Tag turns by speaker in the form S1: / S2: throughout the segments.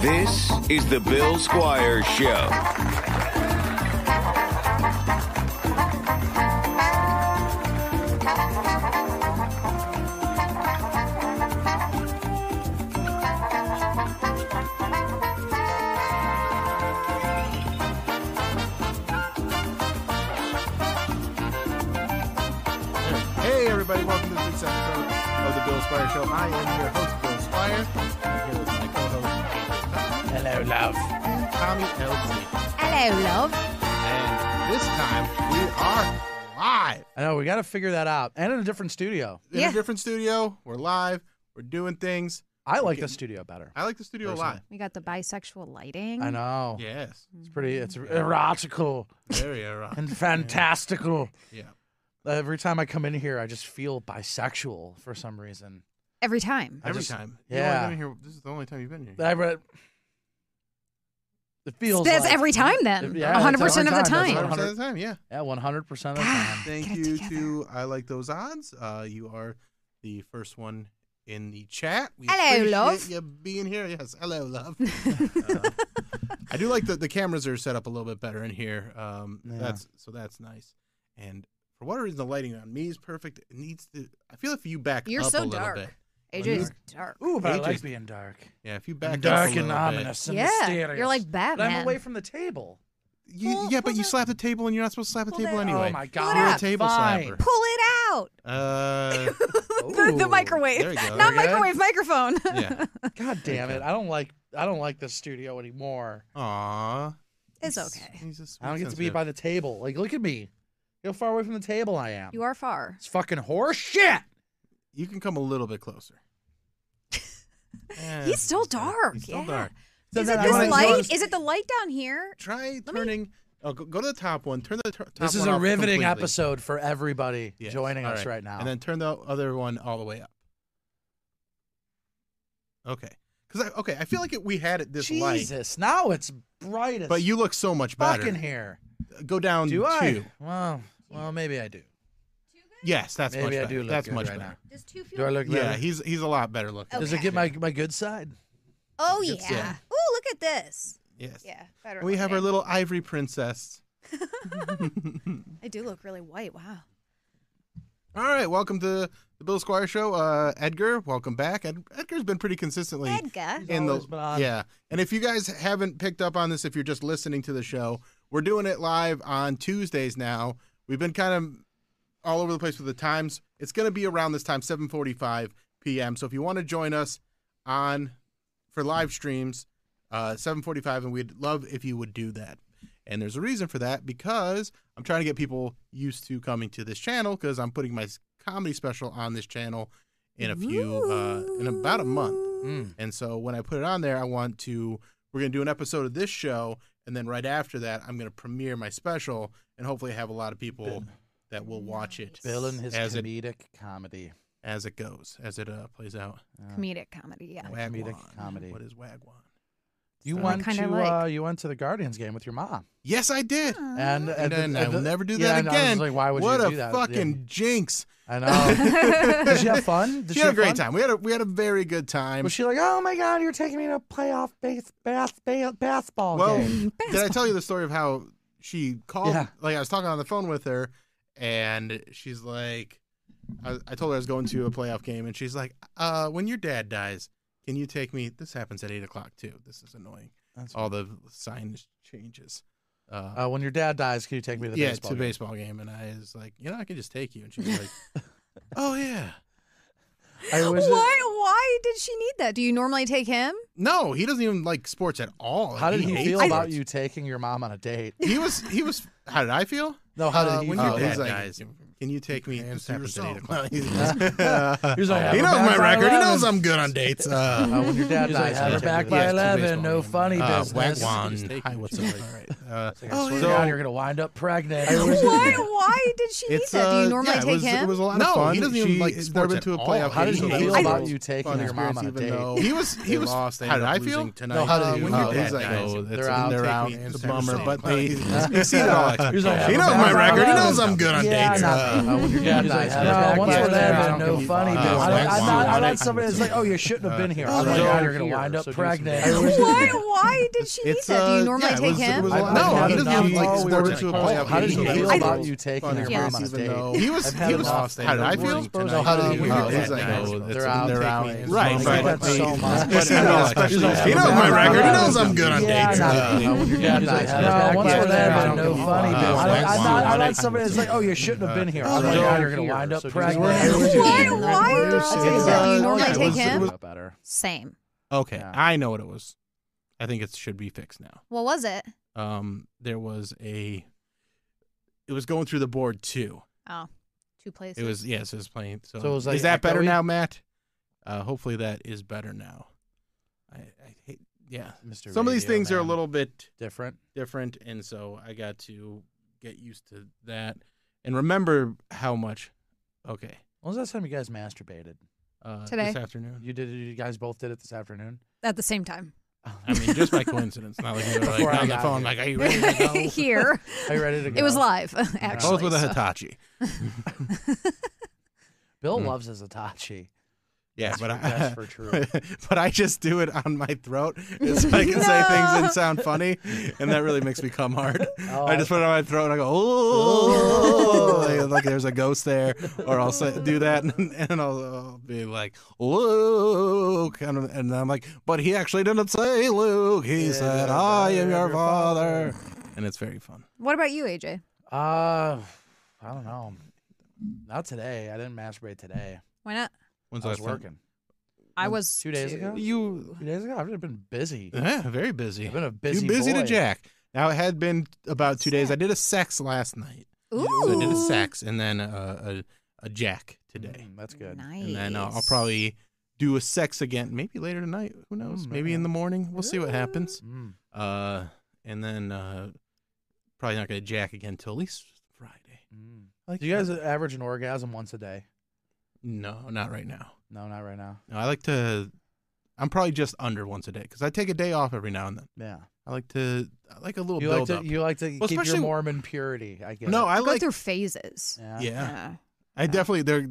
S1: This is the Bill Squire Show.
S2: Hey, everybody, welcome to this week's episode of the Bill Squire Show. I am your host, Bill Squire. I'm here with my co host,
S3: Hello, love.
S2: Tommy Elsney.
S4: Hello, love.
S2: And this time, we are live
S3: I know we got to figure that out, and in a different studio.
S2: in
S4: Yeah.
S2: a different studio. We're live. We're doing things.
S3: I like
S2: Okay.
S3: the studio better.
S2: I like the studio
S3: Personally.
S2: live.
S4: We got the bisexual lighting.
S3: I know.
S2: Yes.
S3: It's pretty. It's erotical
S2: Very erotic.
S3: and fantastical.
S2: Yeah.
S3: Every time I come in here, I just feel bisexual for some reason.
S4: Every time.
S3: I
S2: Every
S3: just-
S2: time.
S3: yeah.
S2: You've only been here, this is the only time you've been here.
S3: I read. It feels.
S4: That's
S3: like-
S4: every time then.
S3: Yeah, it's
S4: 100% of
S3: every
S4: the
S3: time.
S4: time.
S2: 100% of the time, yeah.
S3: Yeah, one hundred percent of the
S4: God.
S3: time.
S2: Thank
S4: Get it
S2: you
S4: together.
S2: to I Like Those Odds. Uh, you are the first one in the chat. We
S4: Hello,
S2: appreciate
S4: love.
S2: You being here. Yes. Hello, love. Uh, I do like that the cameras are set up a little bit better in here. Um,
S3: Yeah.
S2: That's so that's nice. And for whatever reason, the lighting on me is perfect. It needs to. I feel if you back
S4: You're
S2: up a
S4: so
S2: little
S4: dark.
S2: bit.
S4: It
S2: When
S4: is
S2: you're-
S4: dark.
S3: Ooh, but I
S2: Ages.
S3: like being dark.
S2: Yeah, if you back up a
S3: dark
S2: little
S3: and
S2: bit.
S3: ominous and
S4: Yeah.
S3: mysterious.
S4: You're like
S3: But I'm
S4: Batman.
S3: away from the table.
S2: You,
S4: Well,
S2: yeah, but
S4: well,
S2: you
S4: that-
S2: slap the table and you're not supposed to slap the
S3: Well,
S2: table
S3: that-
S2: anyway.
S3: Oh my
S4: Pull
S3: God!
S4: it
S2: You're a
S4: up.
S2: table
S3: Fine.
S2: slapper.
S4: Pull it out.
S2: Uh,
S4: the, the
S3: Ooh.
S4: microwave.
S2: there you go.
S4: Not
S2: Okay.
S4: microwave, microphone.
S2: yeah.
S3: God damn it! I don't like. I don't like this studio anymore.
S2: Aw.
S4: it's
S2: He's-
S4: okay.
S2: he's a sweet,
S3: I don't get to be
S2: sensitive-
S3: by the table. Like, look at me. Look how far away from the table I am.
S4: You are far.
S3: It's fucking horse shit.
S2: You can come a little bit closer. Yeah,
S4: He's still
S2: okay.
S4: dark,
S2: He's still
S4: yeah.
S2: dark.
S3: So
S4: is
S3: then
S4: it
S3: I
S4: this
S3: wanna- I wanna-
S4: light? Is it the light down here?
S2: Try turning. Oh, go, go to the top one. Turn the tur- top
S3: This is
S2: one
S3: a
S2: off
S3: riveting
S2: completely.
S3: episode for everybody
S2: Yes,
S3: joining
S2: all
S3: us right now.
S2: And then turn the other one all the way up. Okay. Cause I, okay, I feel like it, we had it this light,
S3: Jesus, now it's bright as
S2: but you look so much
S3: fucking
S2: better.
S3: here.
S2: Go down
S3: Do
S2: two.
S3: I? Well, well, maybe I do.
S2: Yes, that's much
S3: maybe I
S2: better.
S3: do look
S2: that's
S3: good
S2: much
S3: right
S2: better.
S4: Does two feel
S3: now. Do I look?
S2: Yeah,
S3: better?
S2: he's he's a lot better looking.
S3: Does it
S4: Okay.
S3: get my my good side?
S4: Oh, yeah.
S2: It's, yeah.
S4: Oh, look at this.
S2: Yes.
S4: Yeah, better.
S2: And we have our
S4: looking.
S2: little ivory princess.
S4: I do look really white. Wow.
S2: All right, welcome to the Bill Squire Show. Uh, Edgar, welcome back. Ed- Edgar's been pretty consistently
S4: Edgar.
S3: He's always been on.
S2: yeah. And if you guys haven't picked up on this, if you're just listening to the show, we're doing it live on Tuesdays now. We've been kind of all over the place with the times. It's going to be around this time, 7:45 p.m. So if you want to join us on for live streams, uh, 7:45, and we'd love if you would do that. And there's a reason for that because I'm trying to get people used to coming to this channel because I'm putting my s- comedy special on this channel in a few uh, in about a month.
S3: Mm.
S2: And so when I put it on there, I want to we're going to do an episode of this show and then right after that I'm going to premiere my special and hopefully have a lot of people that will watch it
S3: Bill and his
S2: As it-
S3: comedic comedy.
S2: as it goes, as it uh, plays out.
S4: Comedic comedy. Yeah.
S2: Wagwan.
S3: comedic comedy.
S2: What is Wagwan?
S3: You
S2: What
S3: went
S4: kinda
S3: to
S4: like?
S3: uh, you went to the Guardians game with your mom.
S2: Yes, I did.
S3: And,
S2: And,
S3: and,
S2: then
S3: the-
S2: I
S3: and
S2: will
S3: the-
S2: never do that
S3: yeah, and I was
S2: again.
S3: like, why would
S2: what
S3: you
S2: a
S3: do that? Yeah.
S2: fucking jinx!
S3: I know. Did she have fun? Did
S2: she had a
S3: have
S2: great
S3: fun?
S2: time. We had a we had a very good time.
S3: Was she like, oh my god, you're taking me to a playoff base, bas, ba- basketball
S2: well,
S3: game?
S2: did I tell you the story of how she called?
S3: Yeah.
S2: Like I was talking on the phone with her, and she's like, I, I told her I was going to a playoff game, and she's like, uh, "When your dad dies, can you take me?" This happens at eight o'clock too. This is annoying.
S3: That's
S2: All the sign changes. Uh,
S3: Uh, when your dad dies, can you take me to the
S2: yeah,
S3: baseball
S2: to a
S3: game?
S2: baseball game, and I was like, "You know, I can just take you," and she's like, "Oh yeah."
S3: I
S4: Why?
S3: always-
S4: Why did she need that? Do you normally take him?
S2: No, he doesn't even like sports at all.
S3: How did he
S2: hates
S3: feel
S2: sports.
S3: about you taking your mom on a date?
S2: He was he was. How did I feel?
S3: No, how did
S2: Uh,
S3: he
S2: when
S3: feel?
S2: your dad
S3: He's like,
S2: dies? Can you take me? It
S5: Hands
S2: just
S5: to
S2: happens at
S5: yourself.
S2: eight o'clock. He knows
S3: Here's like,
S2: my record. He knows I'm good on dates. Uh,
S3: Oh, when your dad
S6: He's like,
S3: dies,
S6: have
S3: you
S6: her
S3: take
S6: back
S3: it.
S6: by
S3: Yeah, it's two days
S6: 11. No
S3: later.
S6: funny
S2: uh,
S6: business.
S2: Wagwan. Hi, what's up? Uh,
S6: It's like,
S3: Oh,
S6: I swear to
S2: So-
S6: God, you're going to wind up pregnant.
S4: Why? Why did she need
S2: it's
S4: that? Do
S2: uh,
S4: you normally
S2: yeah,
S4: take
S2: it was,
S4: him?
S2: It was a lot
S5: No,
S2: of fun.
S5: he doesn't even
S2: She-
S5: like
S2: it's
S5: sports
S2: never been
S5: at
S2: to a
S5: all.
S2: playoff.
S3: How
S2: game,
S3: does he
S2: so that
S3: feel
S2: was a
S3: about
S2: fun
S3: you taking your mom on
S2: experience,
S3: a
S2: even
S3: date?
S2: though He was. He
S5: They
S2: was.
S5: lost, they
S2: How did
S5: ended
S2: I
S5: up
S2: feel?
S5: losing tonight. No, how did he
S2: Uh, when
S5: feel?
S2: your dad's
S5: He's like,
S2: dies,
S5: "Oh,
S2: they're
S5: it's-
S2: out.
S5: they're
S2: Take
S5: out.
S2: me.
S5: It's
S2: It's
S5: a
S2: a bummer,
S5: bummer,
S2: but
S5: but
S2: they
S5: he's-
S2: exceeded all expectations.
S6: He's like,
S2: He
S6: "Yeah,
S2: knows my
S6: I'm
S2: record. He
S6: not-
S2: knows I'm good on
S6: Yeah,
S2: dates.
S6: I'm
S2: Uh,
S3: Uh, when your
S6: Yeah,
S3: dad dies,
S6: no,
S3: you take it.
S6: once
S3: Yeah,
S6: we're there,
S3: I
S6: man,
S3: don't
S6: no
S3: give a
S6: funny
S3: fuck.
S6: business.
S2: Uh,
S6: I don't, I'm not, I'm
S2: Wagwan.
S6: not somebody that's like, oh, you shouldn't have been here. Oh
S3: so
S6: my God, you're
S3: here,
S6: gonna wind up
S3: so do some
S6: pregnant.
S3: damage.
S4: why? Why did she need
S2: It's
S4: that? Do
S2: uh,
S4: you normally
S2: yeah, it
S4: take
S2: was- it
S4: him?
S2: was a
S6: I-
S2: lot-
S6: I've
S2: No,
S6: had
S2: he doesn't
S6: enough.
S2: even like.
S6: Oh, we
S2: never
S6: were
S2: been to a
S6: taking-
S2: playoff.
S3: How
S2: game, so
S3: did you
S2: that
S3: feel
S2: was a
S3: about
S2: lot
S3: you taking
S2: fun
S3: your mom on a
S2: experience, even though-
S3: date?
S2: He was.
S3: I've
S2: He
S3: had
S2: was.
S3: enough.
S2: How did I feel?
S3: No, how did
S2: Tonight.
S3: you feel?
S2: Uh, he's like,
S5: Yeah, no,
S2: "Oh,
S5: that's-
S3: They're out.
S2: they're
S3: Take
S2: out.
S3: me.
S2: Right,
S3: Like,
S2: but-
S3: I got so much.
S2: He's seen it all, especially- He knows my record. He knows I'm good on
S6: Yeah,
S2: dates.
S6: I'm not-
S2: Uh,
S6: Yeah,
S3: He's like,
S6: no,
S3: "Yeah,
S6: once
S3: yeah,
S6: we're there,
S3: yeah,
S6: man,
S3: yeah,
S6: no
S3: yeah,
S6: funny
S2: yeah,
S6: business. I don't,
S2: yeah,
S6: I'm not,
S2: yeah,
S6: I'm
S2: yeah,
S6: not somebody that's like, oh, you shouldn't have been here. Oh my
S2: yeah,
S6: God,
S2: yeah,
S6: you're gonna
S3: yeah,
S6: wind
S3: so
S6: up
S3: just-
S6: pregnant.
S4: Why?
S2: Yeah.
S4: Why did you take
S2: It's,
S4: him? Do you
S2: uh,
S4: normally
S2: yeah, it
S4: take
S2: was- it
S4: him?
S2: was-
S3: better.
S4: Same.
S2: Okay,
S3: Yeah.
S2: I know what it was. I think it should be fixed now.
S4: What was it?
S2: Um, there was a. It was going through the board too.
S4: Oh, two places.
S2: It was yes, it was playing. So,
S3: So it was,
S2: is
S3: like,
S2: that better
S3: echoey?
S2: now, Matt? Uh, hopefully that is better now. I, I hate, yeah.
S3: Mr.
S2: Some of these
S3: Radio
S2: things are a
S3: Man.
S2: little bit
S3: different.
S2: different, and so I got to get used to that and remember how much. Okay,
S3: When was the last time you guys masturbated?
S2: uh,
S4: Today.
S2: this afternoon.
S3: You did. You guys both did it this afternoon.
S4: at the same time.
S2: I mean, just by coincidence. Not like you were like
S3: Before I
S2: on the
S3: got
S2: phone,
S3: here.
S2: like, are you ready to go?
S4: Here,
S3: Are you ready to go?
S4: it was live. Actually,
S2: Both with a
S4: so-
S2: Hitachi.
S3: Bill
S2: Mm.
S3: loves his Hitachi.
S2: Yeah,
S3: That's
S2: but
S3: for-
S2: I,
S3: that's for true.
S2: but I just do it on my throat so I can say things and sound funny, and that really makes me come hard.
S3: Oh,
S2: I
S3: I-
S2: just put it on my throat and I go, oh, like, like there's a ghost there, or I'll say, do that and, and I'll, I'll be like, Luke, and, and I'm like, but he actually didn't say Luke. He
S3: Yeah,
S2: said,
S3: yeah,
S2: I am
S3: yeah,
S2: your
S3: your father."
S2: father, and it's very fun.
S4: What about you, AJ?
S3: Uh, I don't know. Not today. I didn't masturbate today.
S4: Why not?
S2: When's
S3: I
S2: the
S3: was
S2: last time-
S3: working.
S2: Um,
S4: I was
S3: two days ago?
S2: You,
S3: Two days ago, I've just been busy.
S2: yeah, very busy.
S3: I've been a
S2: Too
S3: busy.
S2: busy to
S3: boy.
S2: jack. Now it had been about two days. I did a sex last night. So I did a
S4: Ooh.
S2: sex and then a a, a jack today,
S3: Mm, that's good.
S4: Nice.
S2: and then uh, I'll probably do a sex again. Maybe later tonight. Who knows?
S3: Mm,
S2: maybe
S3: yeah.
S2: in the morning. We'll see what happens.
S3: Mm.
S2: Uh, and then uh, probably not gonna jack again till at least Friday.
S3: Mm.
S2: Like
S3: Do you guys average an orgasm once a day?
S2: No, not right now.
S3: No, not right now.
S2: No, I like to. I'm probably just under once a day because I take a day off every now and then.
S3: Yeah.
S2: I like to. I like a little
S3: You like
S2: build
S3: to
S2: up.
S3: you like to keep your
S2: especially-
S3: Mormon purity. I guess.
S2: no, I
S4: Go
S2: like.
S4: through phases.
S3: Yeah.
S2: yeah.
S4: Yeah.
S2: I definitely there.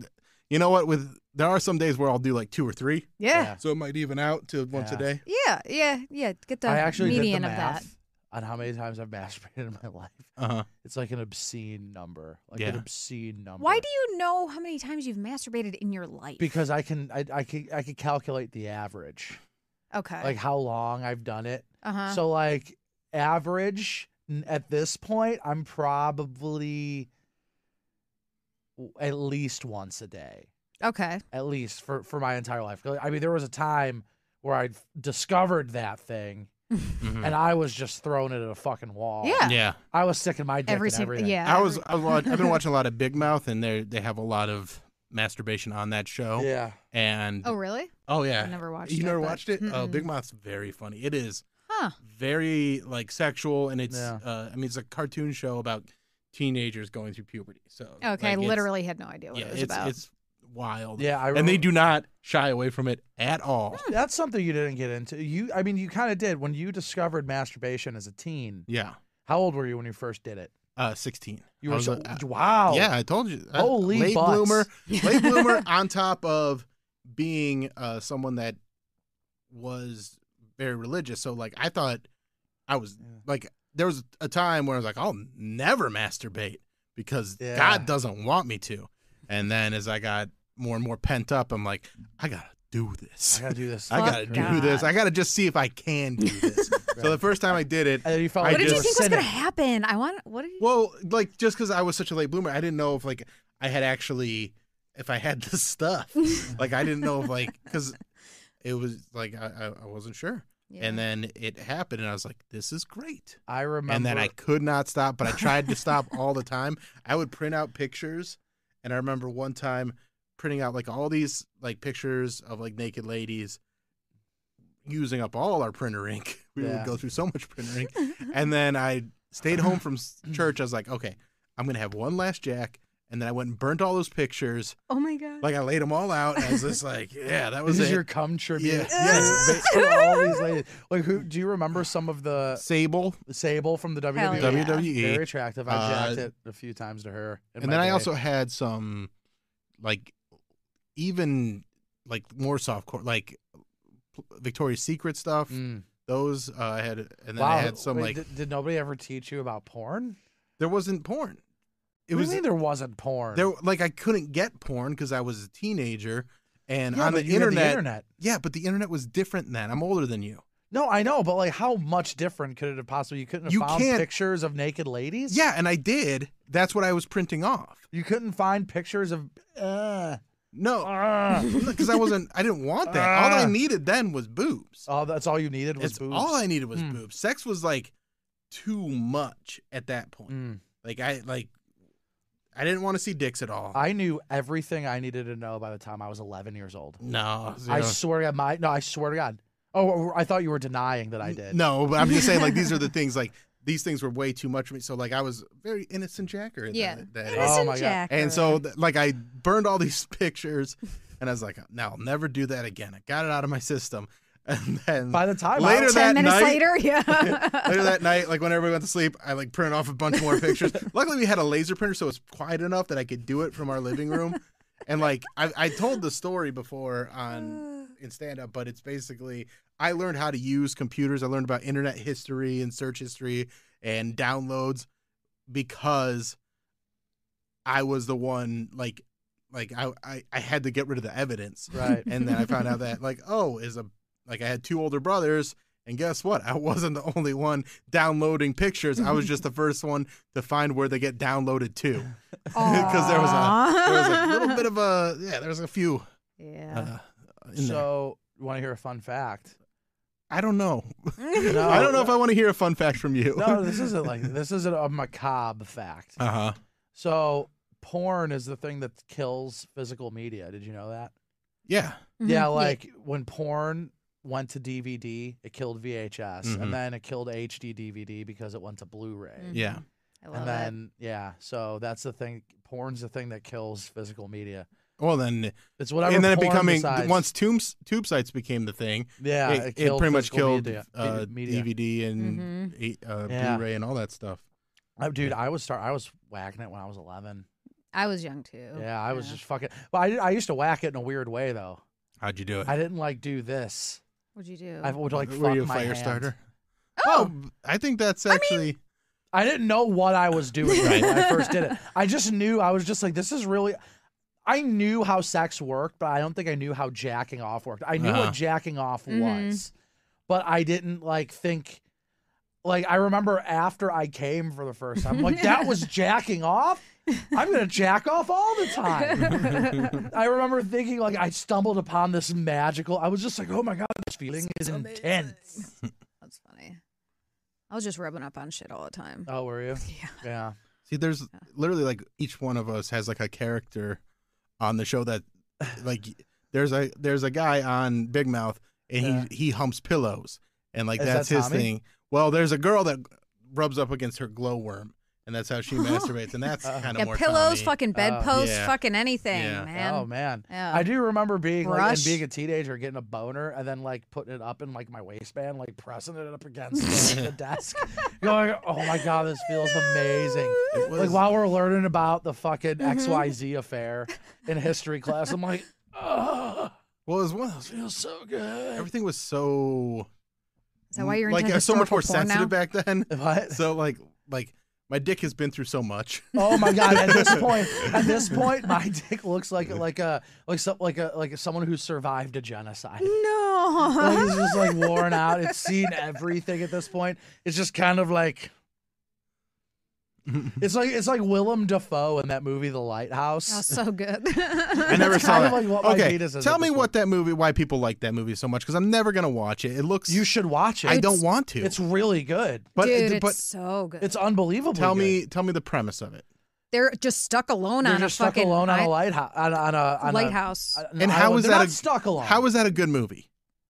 S2: You know what? With there are some days where I'll do like two or three,
S4: Yeah.
S2: so it might even out to once a
S3: Yeah.
S2: day.
S4: Yeah. Yeah. yeah. Get the
S3: I actually did the
S4: median of that.
S3: math on how many times I've masturbated in my life.
S2: Uh
S4: Uh-huh.
S2: huh.
S3: It's like an obscene number. Like an
S2: Yeah.
S3: obscene number.
S4: Why do you know how many times you've masturbated in your life?
S3: Because I can I I can I can calculate the average.
S4: okay.
S3: Like how long I've done it.
S4: uh huh.
S3: So like average n- at this point, I'm probably w- at least once a day.
S4: okay.
S3: at least for for my entire life. 'Cause, I mean, there was a time where I discovered that thing, and I was just throwing it at a fucking wall.
S4: Yeah.
S2: Yeah,
S3: I was sticking my dick
S4: Every
S3: in
S4: single.
S3: everything.
S4: Yeah.
S2: I was.
S4: every-
S2: I was watch, I've been watching a lot of Big Mouth, and they they have a lot of masturbation on that show.
S3: yeah.
S2: And
S4: Oh really?
S2: oh yeah,
S4: I never watched
S2: You
S4: it,
S2: never
S4: but-
S2: watched it? Oh,
S4: Mm-mm.
S2: Big Mouth's very funny. It is
S4: Huh.
S2: very like sexual, and it's.
S3: Yeah.
S2: Uh, I mean, it's a cartoon show about teenagers going through puberty. So
S4: Okay. I
S2: like, it's-
S4: literally had no idea what
S2: Yeah,
S4: it was
S2: it's
S4: about.
S2: it's wild.
S3: Yeah, I
S2: and they
S3: remember-
S2: do not shy away from it at all.
S3: That's something you didn't get into. You, I mean, you kind of did when you discovered masturbation as a teen.
S2: Yeah.
S3: How old were you when you first did it?
S2: Uh, sixteen.
S3: You
S2: I
S3: were
S2: was
S3: so,
S2: a- uh,
S4: Oh.
S3: wow.
S2: Yeah, I told you. I-
S3: Holy
S2: late
S3: butts.
S2: bloomer, late bloomer. On top of being uh, someone that was very religious, so like I thought I was
S3: Yeah.
S2: like there was a time where I was like I'll never masturbate because
S3: Yeah.
S2: God doesn't want me to. And then as I got more and more pent up, I'm like I gotta do
S3: I
S2: this.
S3: gotta do this.
S2: I gotta
S4: Fuck
S2: do
S4: God.
S2: this. I gotta just see if I can do this. so the first time I did it,
S3: And then you felt
S2: I
S3: like
S4: what did you
S2: just-
S4: think was
S3: were
S4: gonna
S3: sinning.
S4: happen? I want. What did you?
S2: Well, like just because I was such a late bloomer, I didn't know if like I had actually if I had the stuff. like I didn't know if like because it was like I, I- I wasn't sure.
S4: Yeah.
S2: And then it happened, and I was like, "This is great."
S3: I remember.
S2: And then I could not stop, but I tried to stop all the time. I would print out pictures And I remember one time printing out like all these like pictures of like naked ladies using up all our printer ink. We
S3: Yeah.
S2: would go through so much printer ink. and then I stayed home from s- church. I was like, okay, I'm going to have one last jack. And then I went and burnt all those pictures.
S4: Oh my god.
S2: Like I laid them all out as this, like, yeah, that was
S6: This is
S2: it.
S6: your cum tribute.
S2: Yeah.
S3: Yes, they- for all these ladies. Like, who do you remember? Some of the
S2: Sable,
S3: Sable from the
S4: Hell
S3: WWE.
S4: yeah.
S2: WWE.
S3: Very attractive. I jacked
S2: E. Uh,
S3: it a few times to her. in
S2: and
S3: my
S2: then I
S3: day.
S2: also had some, like, even like more softcore, like pl- Victoria's Secret stuff.
S3: Mm.
S2: Those uh, I had, and then
S3: wow.
S2: I had some
S3: Wait,
S2: like
S3: did, did nobody ever teach you about porn?
S2: there wasn't porn. It
S3: It
S2: was
S3: was mean there wasn't porn.
S2: there like I couldn't get porn because I was a teenager, and
S3: Yeah,
S2: on the
S3: but you had
S2: internet,
S3: the internet.
S2: yeah, but the internet was different then. I'm older than you.
S3: No, I know, but like, how much different could it have possibly? You couldn't have
S2: You
S3: found
S2: can't-
S3: pictures of naked ladies.
S2: Yeah, and I did. That's what I was printing off.
S3: you couldn't find pictures of. Uh,
S2: No,
S3: uh.
S2: because I wasn't. I didn't want that. All I
S3: Ah.
S2: needed then was boobs.
S3: Oh, that's all you needed was
S2: It's-
S3: boobs.
S2: all I needed was
S3: Mm.
S2: boobs. Sex was like too much at that point.
S3: Mm.
S2: Like I like I didn't want to see dicks at all.
S3: I knew everything I needed to know by the time I was 11 years old.
S2: no, zero.
S3: I swear to God, my no, I swear to God. Oh, I thought you were denying that I did.
S2: no, but I'm just saying like these are the things like these things were way too much for me. So like I was very innocent jacker. at
S4: Yeah.
S2: That, that age.
S3: Oh my God.
S2: And so th- like I burned all these pictures, and I was like, no, I'll never do that again. I got it out of my system. And then
S3: By the time I
S2: Later
S3: was,
S2: that
S4: ten minutes
S2: night-
S4: later, yeah.
S2: Later that night, like when everybody went to sleep, I like printed off a bunch more pictures. Luckily, we had a laser printer, so it's quiet enough that I could do it from our living room. And like I, I told the story before on in stand up, but it's basically I learned how to use computers. I learned about internet history and search history and downloads because I was the one like like I I, I had to get rid of the evidence.
S3: right?
S2: And then I found out that like, oh, is a like I had two older brothers, and guess what? I wasn't the only one downloading pictures. I was just the first one to find where they get downloaded to, because there was a there was a little bit of a yeah, there's a few.
S4: Yeah.
S2: Uh, in there.
S3: So, you want to hear a fun fact?
S2: I don't know.
S3: No,
S2: I don't know if I want to hear a fun fact from you.
S3: No, this isn't like this isn't a macabre fact.
S2: Uh huh.
S3: So, porn is the thing that kills physical media. Did you know that?
S2: Yeah.
S4: Mm-hmm.
S3: Yeah, like when porn went to DVD, it killed VHS,
S2: Mhm.
S3: and then it killed HD DVD because it went to Blu-ray.
S4: Mhm.
S2: Yeah.
S4: I love
S3: And
S4: it.
S3: then, yeah, so that's the thing. Porn's the thing that kills physical media.
S2: Well then,
S3: It's whatever.
S2: and then it
S3: porn
S2: becoming
S3: decides.
S2: once tube tube sites became the thing.
S3: Yeah,
S2: it, it pretty much
S3: physical
S2: killed
S3: media.
S2: uh,
S3: media.
S2: DVD and uh,
S3: Yeah.
S2: Blu-ray and all that stuff.
S3: Oh, dude, I was start. I was whacking it when I was eleven.
S4: I was young too.
S3: yeah, I was just fucking. But I, I used to whack it in a weird way though.
S2: How'd you do it?
S3: I didn't like do this.
S4: What'd you do?
S3: I would like
S2: Were
S3: fuck
S2: you a
S3: my
S2: fire
S3: hand.
S2: starter?
S4: Oh,
S2: I think that's actually
S3: I didn't know what I was doing
S2: Right.
S3: when I first did it. I just knew I was just like, this is really. I knew how sex worked, but I don't think I knew how jacking off worked. I knew
S2: Uh-huh.
S3: what jacking off
S4: Mhm.
S3: was, but I didn't like think. Like I remember after I came for the first time, like that was jacking off. I'm gonna jack off all the time. I remember thinking like I stumbled upon this magical. I was just like, oh my god, this feeling is intense.
S4: That's funny. I was just rubbing up on shit all the time.
S2: Uh,
S3: Oh, were you?
S4: Yeah.
S3: Yeah.
S2: see. There's literally like each one of us has like a character on the show that like there's a there's a guy on Big Mouth and
S3: Yeah.
S2: he he humps pillows and like
S3: Is that
S2: that's his
S3: Tommy?
S2: thing. Well, there's a girl that rubs up against her glowworm and that's how she masturbates and that's
S3: Uh-huh.
S2: kind of
S4: Yeah,
S2: more
S4: pillows,
S2: Tommy.
S4: fucking bedposts,
S2: Yeah.
S4: fucking anything,
S2: Yeah.
S4: man.
S3: Oh man.
S4: Yeah.
S3: I do remember being like, and
S4: Brush.
S3: being a teenager, getting a boner, and then like putting it up in like my waistband, like pressing it up against the, the desk, going, "Oh my god, this feels amazing!"
S2: It was-
S3: Like while we're learning about the fucking XYZ affair in history class, I'm like, "Oh,
S2: well, it was one of those.
S3: feels so good."
S2: Everything was so
S4: Is that why you're into
S2: like it was so much more
S4: historical porn
S2: sensitive
S4: now?
S2: back then.
S3: What?
S2: So like like my dick has been through so much.
S3: Oh my god! At this point, at this point, my dick looks like like a like some like a like someone who survived a genocide.
S4: No.
S3: Like, it's just like worn out. It's seen everything at this point. It's just kind of like it's like it's like Willem Dafoe in that movie The Lighthouse.
S4: That was Oh, so good.
S2: I never
S3: That's
S2: saw that.
S3: kind of like what my
S2: okay,
S3: penis is
S2: tell
S3: at
S2: me
S3: this
S2: what that movie, why people like that movie so much, because I'm never gonna watch it. It looks
S3: you should watch it.
S2: I don't want to.
S3: It's really good.
S2: but
S4: Dude,
S2: but
S4: it's so good.
S3: It's unbelievable.
S2: tell me tell me the premise of it.
S4: They're just stuck alone
S3: You're
S4: on a
S3: just stuck
S4: fucking
S3: alone on
S4: i-
S3: a lighthouse. On, on a on
S4: lighthouse.
S3: A, on an
S2: And how
S3: island.
S2: is
S3: They're
S2: that
S3: not
S2: a-
S3: stuck alone?
S2: How is that a good movie?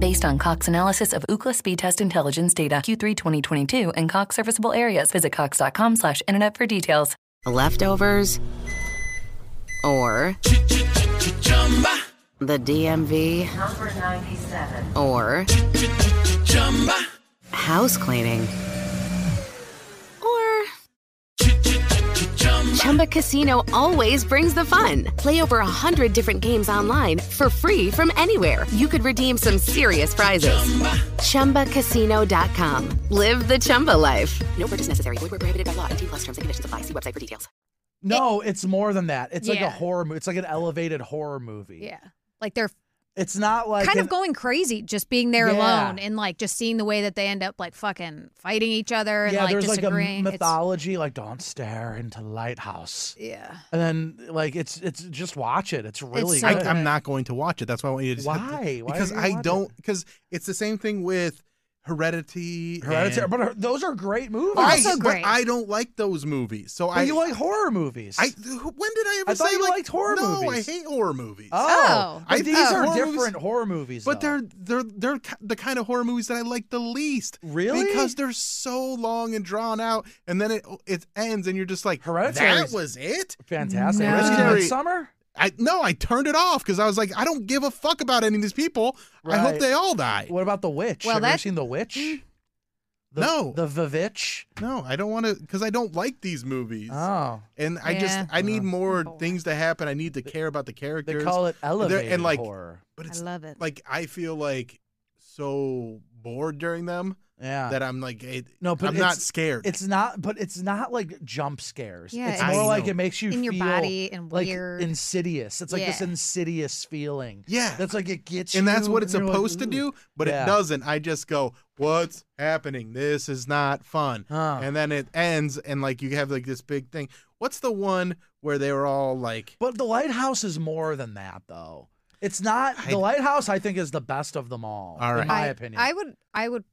S7: Based on Cox analysis of Ookla speed test intelligence data Q3 2022 and Cox serviceable areas, visit cox.com slash internet for details.
S5: leftovers, or the DMV, or house cleaning, or Chumba Casino always brings the fun. Play over a hundred different games online for free from anywhere. You could redeem some serious prizes. ChumbaCasino.com. Live the Chumba life. No purchase necessary. Void where prohibited by law. 18 plus terms and conditions apply. See website for details.
S3: No, it's more than that. It's like a
S4: Yeah.
S3: horror movie. It's like an elevated horror movie.
S4: Yeah. Like they're
S3: It's not like
S4: kind
S3: an-
S4: of going crazy just being there
S3: Yeah.
S4: alone and like just seeing the way that they end up like fucking fighting each other and
S3: Yeah,
S4: like
S3: there's like a
S4: disagreeing. It's-
S3: mythology like don't stare into lighthouse.
S4: yeah.
S3: And then like it's it's just watch it. It's really
S4: so
S3: good.
S4: good.
S2: I, I'm not going to watch it. That's why I want you to. just-
S3: Why? Why
S2: Because
S3: do you
S2: I
S3: watch it?
S2: don't. Because it's the same thing with Heredity.
S3: Hereditary,
S2: and-
S3: but her- those are great movies.
S2: I,
S4: Also
S2: but
S4: great.
S2: I don't like those movies. So
S3: But
S2: I.
S3: you like horror movies.
S2: I who- when did I ever
S3: I thought
S2: say
S3: you
S2: like,
S3: liked horror
S2: no,
S3: movies.
S2: I hate horror movies.
S3: oh,
S4: Oh.
S2: I-
S3: but these
S2: oh.
S3: are
S2: Horror
S3: different
S2: movies-
S3: horror movies.
S2: But
S3: though.
S2: they're they're they're ki- the kind of horror movies that I like the least.
S3: Really?
S2: Because they're so long and drawn out, and then it it ends, and you're just like,
S3: Hereditary's-
S2: That was it.
S3: fantastic.
S4: No.
S3: Hereditary.
S2: Hereditary-
S3: Midsummer.
S2: I no, I turned it off because I was like, I don't give a fuck about any of these people. I
S3: Right.
S2: hope they all die.
S3: What about the witch?
S4: Well,
S3: Have you
S4: that- Mm.
S3: seen the witch? The,
S2: No.
S3: the Vivitch.
S2: No, I don't want to because I don't like these movies,
S3: Oh, Uh-huh.
S2: and I just
S4: Yeah.
S2: I need more
S4: Boring.
S2: things to happen. I need to care about the
S3: they
S2: characters.
S3: call it elevated
S2: and, like,
S3: horror.
S2: but
S4: I
S2: it's
S4: love it.
S2: like I feel like so bored during them
S3: Yeah.
S2: that I'm like, it,
S3: No, but
S2: I'm not
S3: it's-
S2: scared.
S3: It's not, but it's not like jump scares.
S4: Yeah,
S3: it's
S4: it's-
S3: more
S2: I
S3: like
S2: know.
S3: it makes you
S4: in your
S3: feel
S4: body and
S3: like
S4: weird.
S3: insidious. It's like this
S4: Yeah.
S3: insidious feeling.
S2: Yeah.
S3: that's like it gets you,
S2: and that's what it's
S3: you're like,
S2: supposed
S3: "Ooh."
S2: to do, but
S3: Yeah.
S2: it doesn't. I just go, "What's happening? This is not fun."
S3: Huh.
S2: And then it ends, and like you have like this big thing. What's the one where they were all like,
S3: But the lighthouse is more than that, though. It's not the
S2: I-
S3: lighthouse. I think is the best of them all,
S2: All
S3: in
S2: right.
S3: my
S4: I,
S3: opinion.
S4: I would I would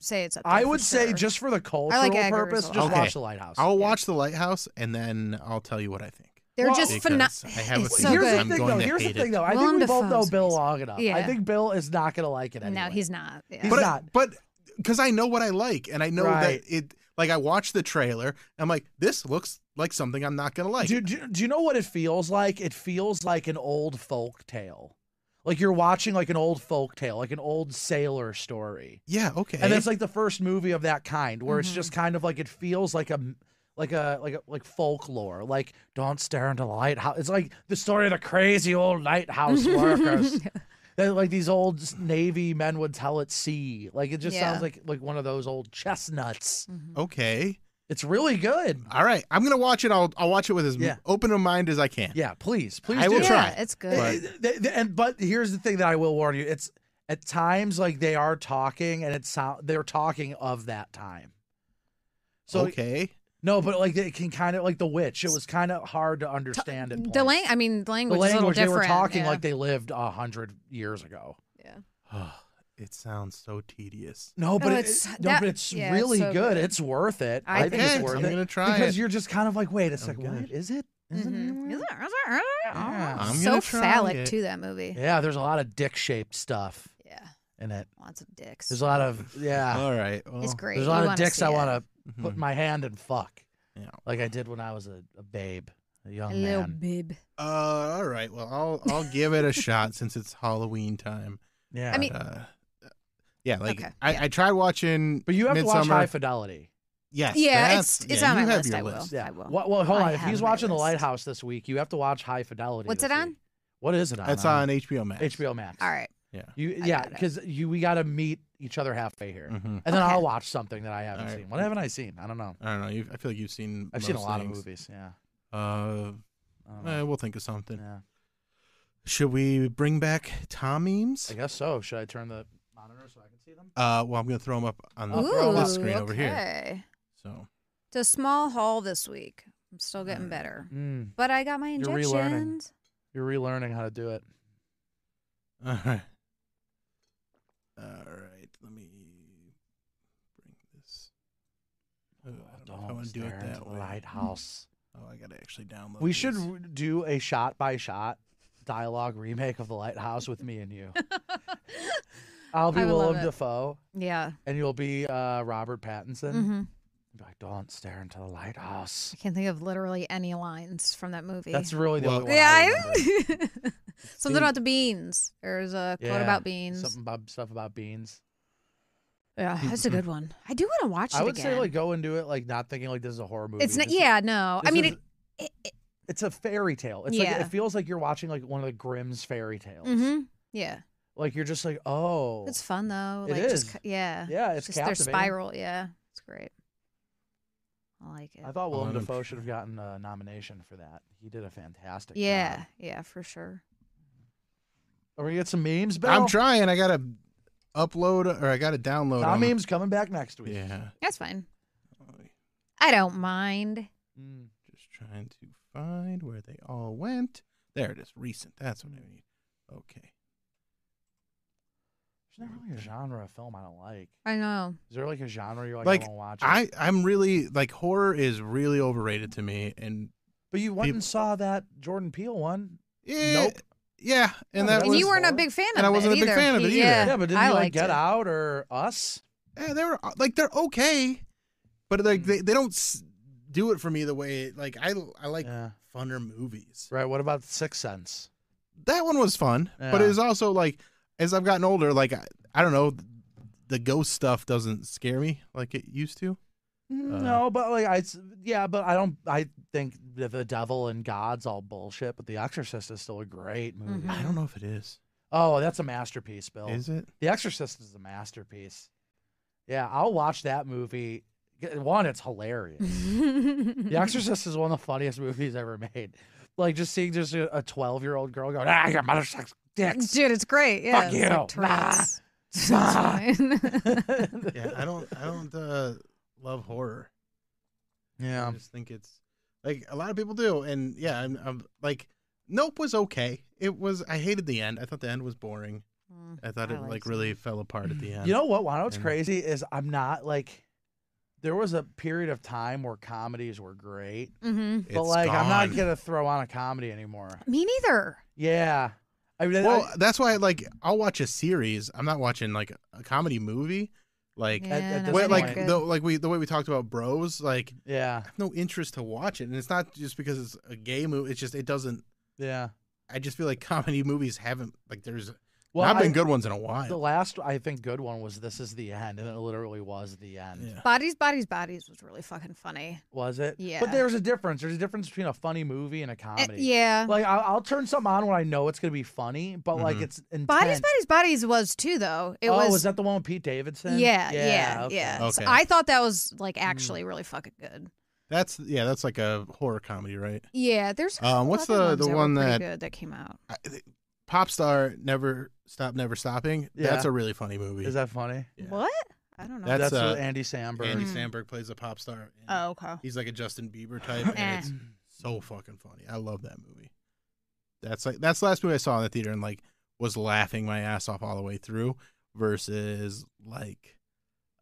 S4: say it's up there
S3: I
S4: for
S3: would say
S4: sure.
S3: just for the cultural
S4: like Edgar
S3: purpose,
S4: as
S3: just
S2: well.
S3: watch
S2: Okay.
S3: the lighthouse.
S2: "I'll watch the lighthouse, and then I'll tell you what I think."
S4: they're
S3: Well,
S4: just phenomenal.
S2: because I have a
S4: It's so
S2: theory.
S3: Here's
S4: good.
S3: the
S2: I'm
S3: thing,
S2: going
S3: though.
S2: to
S3: Here's the
S2: hate it.
S3: thing, though. I
S4: Willem
S3: think we both know
S4: Dafoe's
S3: Bill
S4: amazing.
S3: Logan up. I
S4: Yeah.
S3: think Bill is not going to like it anyway.
S4: No, he's not. Yeah.
S3: He's
S2: but
S3: not.
S2: but because I know what I like, and I know
S3: Right.
S2: that it. Like I watched the trailer, I'm like, "This looks like something I'm not gonna like."
S3: do, do, do you know what it feels like? It feels like an old folk tale. Like you're watching like an old folk tale, like an old sailor story.
S2: yeah, okay. Mm-hmm.
S3: And it's like the first movie of that kind where it's just kind of like it feels like a m- like a like a like folklore. Like don't stare into the lighthouse. It's like the story of the crazy old lighthouse workers. That, like these old s- navy men would tell at sea. Like it just
S4: Yeah.
S3: sounds like like one of those old chestnuts.
S2: Mm-hmm. okay.
S3: It's really good.
S2: All right, I'm gonna watch it. I'll I'll watch it with as
S3: Yeah.
S2: open a mind as I can.
S3: Yeah, please, please.
S2: I
S3: do
S2: will
S3: it.
S4: yeah,
S2: try.
S4: It's good.
S2: But-
S3: Th- th- th- and but here's the thing that I will warn you: it's at times like they are talking, and it sound they're talking of that time. So
S2: okay.
S3: no, but like it can kind of like the witch. It was kind of hard to understand. at
S4: the
S3: points.
S4: lang- I mean, the
S3: the
S4: language, is a little
S3: language they
S4: different.
S3: were talking
S4: yeah.
S3: like they lived a hundred years ago.
S2: it sounds so tedious.
S3: No, but
S4: Oh,
S3: it's,
S4: it's-
S3: no,
S4: that-
S3: but it's
S4: yeah, it's
S3: really
S4: so
S3: good.
S4: good.
S3: It's worth it. I,
S4: I
S3: think
S4: think
S3: it's
S4: so.
S3: worth
S2: I'm
S3: it
S2: gonna try
S3: because
S2: it.
S3: you're just kind of like, wait a
S2: I'm
S3: second,
S2: gonna-
S3: what is it? Isn't
S4: Mhm.
S8: Mm-hmm.
S3: it?
S4: Is
S3: really?
S4: that- is that-
S8: Oh,
S3: Yeah.
S2: I'm
S4: so
S2: gonna try
S4: phallic
S2: it.
S4: too. That movie. Yeah.
S3: Yeah, there's a lot of dick shaped stuff in it.
S4: Lots of dicks.
S3: There's a lot of yeah.
S2: All right. Well,
S4: it's great.
S3: There's a
S4: Oh, You
S3: lot of
S4: wanna
S3: dicks
S4: see
S3: I
S4: it.
S3: want to
S2: mhm.
S3: put my hand and fuck.
S2: Yeah.
S3: Like I did when I was a, a babe, a young
S4: A little
S3: man.
S4: bib.
S2: Uh, all right. Well, I'll I'll give it a shot since it's Halloween time.
S3: Yeah.
S4: I mean-
S2: Uh, yeah, like
S4: Okay,
S2: I, I tried watching.
S3: but you have
S2: Midsummer.
S3: to watch High Fidelity.
S2: Yes.
S4: Yeah,
S2: that's-
S4: it's- it's
S2: yeah,
S4: on
S2: you
S4: my
S2: have
S4: list,
S2: your
S4: I will.
S2: list.
S3: Yeah.
S4: I will.
S3: Well, well hold
S4: I
S3: on. If
S4: have
S3: he's
S4: my
S3: watching The
S4: list.
S3: Lighthouse this week, you have to watch High Fidelity.
S4: What's
S3: this
S4: it on?
S3: week. What is it on?
S2: That's on HBO Max.
S3: HBO Max.
S4: All right.
S2: Yeah.
S3: You
S4: I
S3: yeah,
S4: got it.
S3: because you we got to meet each other halfway here,
S2: Mhm.
S3: and then
S4: Okay.
S3: I'll watch something that I haven't
S2: All right.
S3: seen. What haven't I seen? I don't know.
S2: I don't know. You, I feel like you've seen.
S3: I've seen a
S2: most
S3: lot
S2: things.
S3: of movies. Yeah.
S2: Uh,
S3: I don't
S2: eh,
S3: know.
S2: we'll think of something.
S3: yeah.
S2: Should we bring back Tom memes?
S3: I guess so. Should I turn the monitor so I can see them?
S2: Uh, well, I'm going to throw them up on the,
S8: Ooh,
S2: on the screen over here.
S8: okay.
S2: So
S8: So small haul this week. I'm still getting better,
S3: Mm,
S8: but I got my
S3: You're relearning.
S8: injections.
S3: you're relearning how to do it.
S2: all right, all right. Let me bring this. Oh, I don't know if I want to do it that way.
S3: lighthouse.
S2: Oh, I got to actually download.
S3: We should
S2: this.
S3: r- do a shot by shot dialogue remake of the lighthouse with me and you. I'll be
S8: I would love
S3: Willem
S8: it.
S3: Dafoe,
S8: Yeah.
S3: and you'll be uh, Robert Pattinson.
S8: hmm
S3: Be like, don't stare into the lighthouse.
S8: I can't think of literally any lines from that movie.
S3: That's really the
S2: Well-
S3: only one. I
S8: yeah.
S3: remember.
S8: I- Something about the beans. There's a quote
S3: Yeah,
S8: about beans.
S3: Something about stuff about beans.
S8: Yeah, that's a good one. I do want to watch
S3: Mm-hmm. I
S8: it
S3: would
S8: again.
S3: say like go into it like not thinking like this is a horror movie.
S8: it's not.
S3: This is-
S8: Yeah. No. I
S3: this
S8: mean,
S3: is-
S8: it, it, it,
S3: it's a fairy tale. It's like
S8: Yeah.
S3: it feels like you're watching like one of the Grimm's fairy tales.
S8: hmm yeah.
S3: Like you're just like, oh,
S8: It's fun though.
S3: It
S8: Like
S3: is.
S8: Just, cu- yeah.
S3: yeah, it's
S8: just their
S3: captivating.
S8: spiral. Yeah, it's great. I like it.
S3: I thought
S2: Hold
S3: Willem
S2: on, I'm
S3: Dafoe
S2: tr-
S3: should have gotten a nomination for that. He did a fantastic.
S8: yeah,
S3: job.
S8: yeah, for sure.
S3: Are we gonna get some memes? Bill?
S2: I'm trying. I got to upload or I got to download.
S3: Tom
S2: on the-
S3: memes coming back next week.
S2: Yeah.
S8: That's fine.
S2: Oh,
S8: I don't mind.
S3: Mm.
S2: Just trying to find where they all went. There it is. Recent. That's what I need. Okay.
S3: There's not really a genre of film I don't like.
S8: I know.
S3: Is there like a genre you're like,
S2: Like,
S3: I don't watch? it?
S2: I I'm really like horror is really overrated to me, and
S3: but you went
S2: Peop-
S3: and saw that Jordan Peele one.
S2: eh,
S3: Nope.
S2: Yeah, and that
S3: Yeah, but
S8: and
S2: was
S8: you weren't a
S3: horror.
S8: big fan of
S2: And I wasn't a
S8: it
S2: big
S8: either.
S2: fan of it either.
S8: Yeah,
S3: Yeah, but didn't
S8: I
S3: you like
S8: liked
S3: Get
S8: it.
S3: Out or Us?
S2: eh, they were like they're okay, but like
S3: Mm.
S2: they, they don't s- do it for me the way like I I like
S3: Yeah.
S2: funner movies.
S3: Right. What about Sixth Sense?
S2: That one was fun, but
S3: Yeah.
S2: it was also like as I've gotten older, like I, I don't know, the ghost stuff doesn't scare me like it used to. Uh,
S3: Mm, No, but like I, s- yeah, but I don't. I think the, the devil and God's all bullshit. But The Exorcist is still a great movie.
S8: Mhm.
S2: I don't know if it is.
S3: Oh, that's a masterpiece, Bill.
S2: Is it?
S3: The Exorcist is a masterpiece. Yeah, I'll watch that movie. G- One, it's hilarious. the Exorcist is one of the funniest movies ever made. Like just seeing just a twelve-year-old girl go, ah, your mother sucks dicks.
S8: Dude, it's great. Yeah,
S3: Fuck
S8: it's like
S3: you. Nah.
S8: Tourette's. It's
S3: Nah.
S8: fine.
S2: yeah, I don't I don't uh, love horror. I
S3: yeah.
S2: just think it's like a lot of people do, and yeah, I'm, I'm like Nope was okay. It was I hated the end. I thought the end was boring.
S8: Mm,
S2: I thought
S8: I
S2: it
S8: liked
S2: like
S8: it.
S2: really fell apart at the end.
S3: You know what? Why? What's
S2: And-
S3: crazy is I'm not like. There was a period of time where comedies were great.
S8: mhm.
S2: It's
S3: but like, I'm not
S2: gone.
S3: gonna throw on a comedy anymore.
S8: Me neither.
S3: Yeah, I mean,
S2: Well,
S3: I-
S2: that's why like I'll watch a series. I'm not watching like a comedy movie. Like
S8: Yeah,
S3: at
S8: no,
S3: this
S2: wait,
S8: they're
S3: point-
S8: not
S2: like
S8: good.
S2: the like we the way we talked about bros, like
S3: yeah,
S2: I have no interest to watch it, and it's not just because it's a gay movie. It's just it doesn't.
S3: yeah.
S2: I just feel like comedy movies haven't like there's
S3: Well,
S2: not been
S3: I-
S2: good ones in a while.
S3: The last, I think, good one was "This Is the End," and it literally was the end.
S2: Yeah.
S8: Bodies, bodies, bodies was really fucking funny.
S3: Was it? But
S8: Yeah.
S3: there's a difference. There's a difference between a funny movie and a
S8: Eh,
S3: comedy.
S8: yeah.
S3: Like I'll, I'll turn something on when I know it's gonna be funny, but like
S2: Mhm.
S3: it's intense.
S8: Bodies, bodies, bodies was too though. It
S3: oh,
S8: was.
S3: that the one with Pete Davidson?
S8: yeah,
S3: yeah,
S8: yeah,
S3: okay.
S8: yeah. So
S2: Okay.
S8: I thought that was like actually really fucking good.
S2: That's yeah, that's like a horror comedy, right?
S8: Yeah, there's. a
S2: Um,
S8: couple
S2: what's
S8: other
S2: the- the
S8: ones that were
S2: one
S8: pretty
S2: that-
S8: good that came out?
S2: I, th- pop star never stop, never stopping. That's
S3: Yeah.
S2: a really funny movie.
S3: Is that funny?
S2: Yeah.
S8: What? I don't know.
S2: That's,
S3: That's,
S2: uh,
S3: with Andy Samberg.
S2: Andy
S8: Mm.
S2: Samberg plays a pop star. and
S8: oh, okay.
S2: he's like a Justin Bieber type,
S8: Eh.
S2: and it's so fucking funny. I love that movie. That's like that's the last movie I saw in the theater and like was laughing my ass off all the way through. Versus like,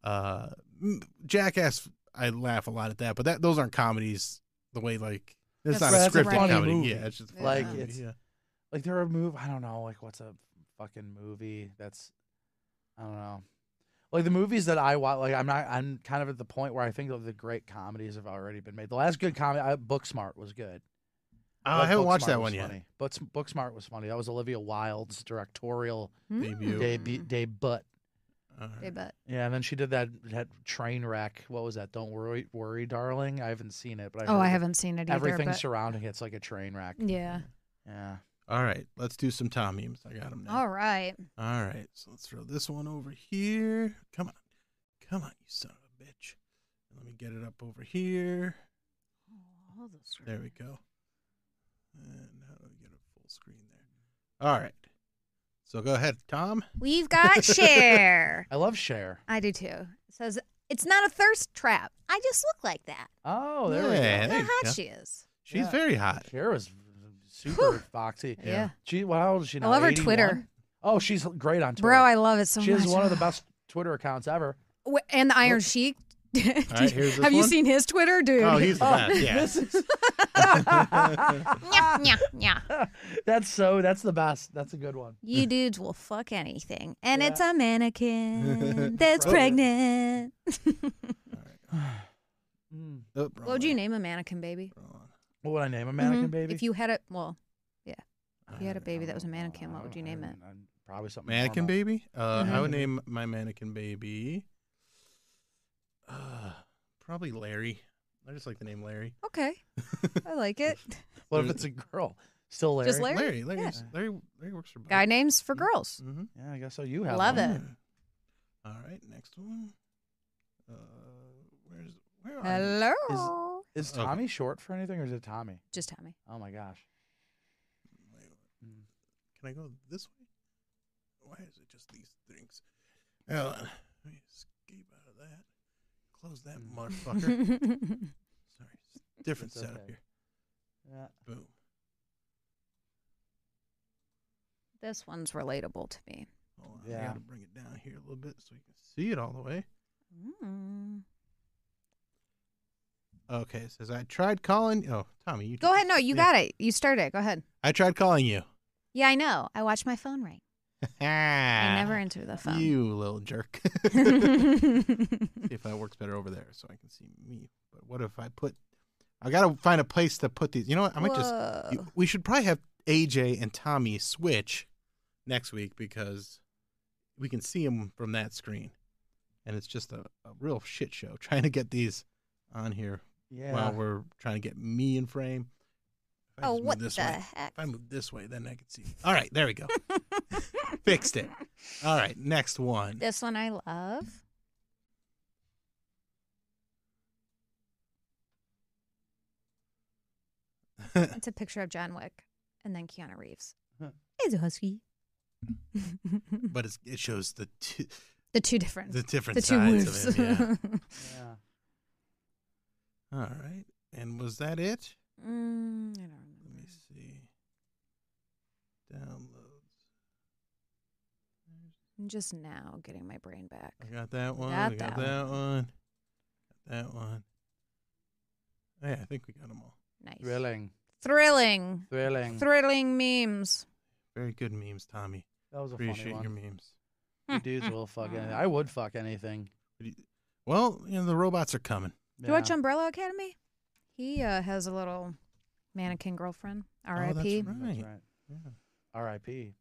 S2: uh, m- Jackass. I laugh a lot at that, but that those aren't comedies the way like it's
S8: That's
S2: not
S8: right,
S2: a
S8: that's a
S2: scripted
S8: funny
S2: comedy.
S3: movie.
S2: Yeah, it's just a funny
S8: Like,
S2: movie,
S3: it's-
S2: yeah.
S3: like there are move I don't know like what's a fucking movie that's I don't know like the movies that I watch like I'm not I'm kind of at the point where I think of the great comedies have already been made. The last good comedy I, Booksmart was good.
S2: Oh, I
S3: Like,
S2: haven't watched
S3: Booksmart
S2: that
S3: was
S2: one yet.
S3: funny. But Booksmart was funny. That was Olivia Wilde's directorial
S8: Mm.
S2: Debut. Uh,
S3: debut. debut.
S2: All right.
S8: Hmm? They bet.
S3: Yeah, and then she did that that train wreck. What was that? Don't worry, worry, darling. I haven't seen it, but I
S8: Oh,
S3: heard
S8: I
S3: that
S8: haven't seen it either.
S3: Everything
S8: but-
S3: surrounding it's like a train wreck.
S8: Yeah.
S3: Yeah.
S2: All right, let's do some Tom memes. I got them now.
S8: All right.
S2: All right, so let's throw this one over here. Come on, come on, you son of a bitch. Let me get it up over here. There we go. And how do I get a full screen there? All right. So go ahead, Tom.
S8: We've got share.
S3: I love Cher.
S8: I do too. It says it's not a thirst trap. I just look like that.
S3: Oh, there we
S2: Yeah,
S8: Look
S2: there
S8: how
S2: you
S8: hot
S2: go.
S8: she is.
S2: She's
S3: Yeah.
S2: very hot.
S3: go. Cher is super foxy.
S8: Yeah. Yeah.
S3: She, well, how old is she
S8: I
S3: now?
S8: love her
S3: 81?
S8: Twitter.
S3: Oh, she's great on Twitter.
S8: Bro, I love it so
S3: she
S8: much.
S3: has one of the best Twitter accounts ever.
S8: Wh- And the Iron Sheik. Did-
S2: right, here's this
S8: Have you
S2: one.
S8: seen his Twitter, dude?
S2: Oh, he's the best. Yeah.
S3: This is
S8: yeah, yeah, yeah.
S3: that's so that's the best. That's a good one.
S8: You dudes will fuck anything, and it's a mannequin that's pregnant.
S3: Mm.
S2: Oh,
S8: What would you name a mannequin baby?
S3: What would I name a mannequin
S8: Mhm.
S3: baby? Oh,
S8: If you had a well, yeah, if you had a baby that was a mannequin, what would you name it?
S3: Probably something
S2: Mannequin
S3: normal.
S2: baby? Uh, I would
S3: Mhm.
S2: name my mannequin baby. Uh, probably Larry. I just like the name Larry.
S8: Okay, I like it.
S3: What if it's a girl? Still Larry.
S8: Just Larry.
S2: Larry. Larry.
S8: Yeah.
S2: is- Larry, Larry works for.
S8: Guy names for girls.
S2: Mm-hmm.
S3: Yeah, I guess so. You have
S8: Love
S3: one.
S8: it.
S2: All right, next one. Uh, where's where are? you?
S8: Hello,
S3: Is
S2: Okay.
S3: Tommy short for anything, or is it Tommy?
S8: just Tommy.
S3: Oh my gosh.
S2: Can I go this way? Why is it just these things? Hold on. Let me escape out of that. Close that motherfucker. Sorry, it's a different
S3: Mm. It's
S2: setup
S3: okay.
S2: here.
S3: Yeah.
S2: Boom.
S8: this one's relatable to me.
S2: Hold on. I
S3: Yeah.
S2: gotta bring it down here a little bit so you can see it all the way.
S8: Mm.
S2: Okay, it says I tried calling. Oh, Tommy, you
S8: Go ahead. No, you got it. You started it. Go ahead.
S2: I tried calling you.
S8: Yeah, I know. I watched my phone ring. I never answer the phone.
S2: Ah. You little jerk. see if that works better over there so I can see me. But what if I put I gotta find a place to put these. You know what? I might just you-
S8: Whoa.
S2: we should probably have AJ and Tommy switch next week because we can see them from that screen. And it's just a, a real shit show trying to get these on here
S3: Yeah.
S2: while we're trying to get me in frame. If I
S8: Oh,
S2: just move
S8: what
S2: this
S8: the
S2: way-
S8: heck?
S2: If I move this way, then I can see. All right, there we go. Fixed it. All right, next one.
S8: This one I love. it's a picture of John Wick and then Keanu Reeves. It's a husky.
S2: But it's, it shows the two,
S8: The two different.
S2: the different
S8: the two
S2: sides
S8: wolves.
S2: of him.
S3: yeah.
S2: Yeah. All right. And was that it?
S8: Mm, I don't
S2: Let me
S8: remember.
S2: see. Downloads.
S8: I'm just now getting my brain back.
S2: I got that one.
S8: Got
S2: we got
S8: that
S2: that one. Got that one. Yeah, I think we got them all.
S8: Nice.
S3: Thrilling.
S8: Thrilling.
S3: Thrilling.
S8: Thrilling memes.
S2: Very good memes, Tommy.
S3: that was a funny
S2: Appreciate
S3: one.
S2: your memes.
S3: You dudes will fuck anything. I would fuck anything.
S2: Well, you know the robots are coming.
S8: Do you watch
S3: Yeah.
S8: Umbrella Academy? He uh, has a little mannequin girlfriend. R.I.P.
S2: Oh, that's
S3: That's
S2: right.
S3: right. R.I.P.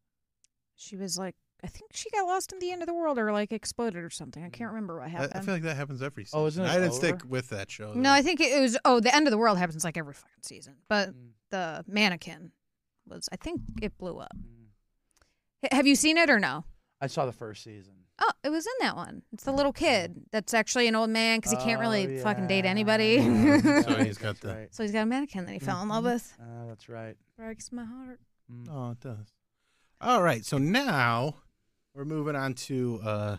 S8: She was like, I think she got lost in the end of the world or like exploded or something. I can't remember
S2: Mm.
S8: what
S2: I, I
S8: happened.
S2: feel like that happens every season.
S3: Oh, isn't it
S2: I didn't stick
S3: over?
S2: with that show.
S8: no, I think it was. Oh, the end of the world happens like every fucking season. But
S2: Mm.
S8: the mannequin was, I think it blew up.
S2: Mm.
S8: H- have you seen it or no?
S3: I saw the first season.
S8: Oh, it was in that one. It's the
S2: Mm.
S8: little kid that's actually an old man because he can't really
S3: Oh,
S8: fucking date
S3: yeah.
S8: anybody.
S3: Yeah,
S2: So
S3: that's
S2: he's got the-
S3: right.
S8: so he's got a mannequin that he fell in love
S2: Mm-hmm.
S8: with.
S3: Ah, that's right.
S8: Breaks my heart.
S3: Mm.
S2: Oh, it does. All right, so now we're moving on to uh,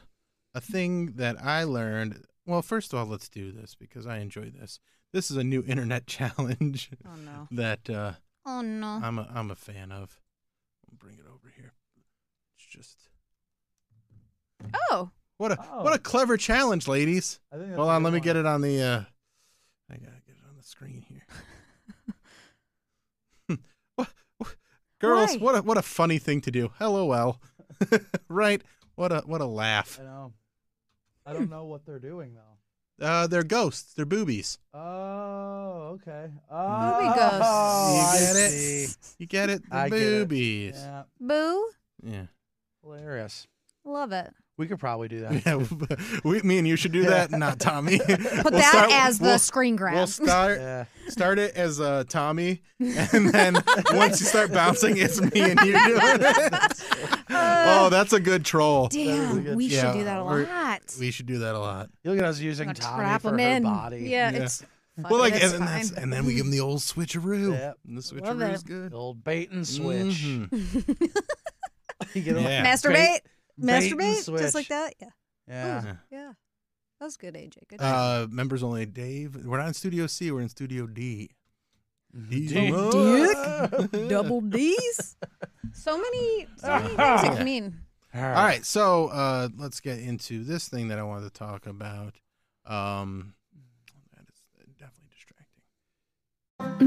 S2: a thing that I learned. Well, first of all, let's do this because I enjoy this. This is a new internet challenge
S8: Oh no.
S2: that uh,
S8: Oh no.
S2: I'm a, I'm a fan of. I'll bring it over here. It's just
S8: Oh.
S2: what a what a clever challenge, ladies.
S3: I think that's
S2: Hold
S3: a
S2: on,
S3: good
S2: let me
S3: one.
S2: get it on the. Uh, I gotta get it on the screen here. Hmm. what, what- girls,
S8: Why?
S2: what a what a funny thing to do. LOL. right? What a what a laugh.
S3: I know. I don't know what they're doing though.
S2: Uh, they're ghosts. They're boobies.
S3: Oh, okay.
S8: Movie
S3: Oh,
S8: ghosts.
S3: I
S2: You get it?
S3: see.
S2: You get it? They're
S3: I get it.
S2: boobies.
S3: Yeah,
S8: Boo.
S2: Yeah.
S3: hilarious.
S8: Love it.
S3: We could probably do that.
S2: Yeah, we, me and you should do that, not Tommy.
S8: Put that as the screen grab.
S2: We'll start
S3: Yeah.
S2: start it as uh, Tommy, and then once you start bouncing, it's me and you doing it. oh, that's a good troll.
S8: Damn, we
S2: Yeah,
S8: should do that a
S2: we're-
S8: lot.
S2: We should do that a lot.
S3: You'll get us using
S8: Gonna
S3: Tommy
S8: trap
S3: for her
S8: 'em in.
S3: body.
S8: Yeah,
S2: Yeah.
S8: it's
S2: Well,
S8: fucking-
S2: like, and,
S8: it's
S2: then that's,
S8: fine.
S2: and then we give him the old switcheroo.
S3: Yep.
S2: And the
S8: Love
S2: switcheroo's
S8: it.
S2: good.
S3: The old bait and switch.
S2: Mhm.
S3: You get a-
S9: Yeah.
S4: Masturbate,
S3: bait and
S4: masturbate,
S3: switch.
S4: just like that. Yeah,
S3: Yeah.
S4: yeah. That was good, AJ. Good.
S2: Uh, members only. Dave, we're not in Studio C. We're in Studio D. D-
S4: Dick, double D's.
S8: So many, so many things it can mean.
S2: All right, so uh, let's get into this thing that I wanted to talk about. Um, that is definitely distracting.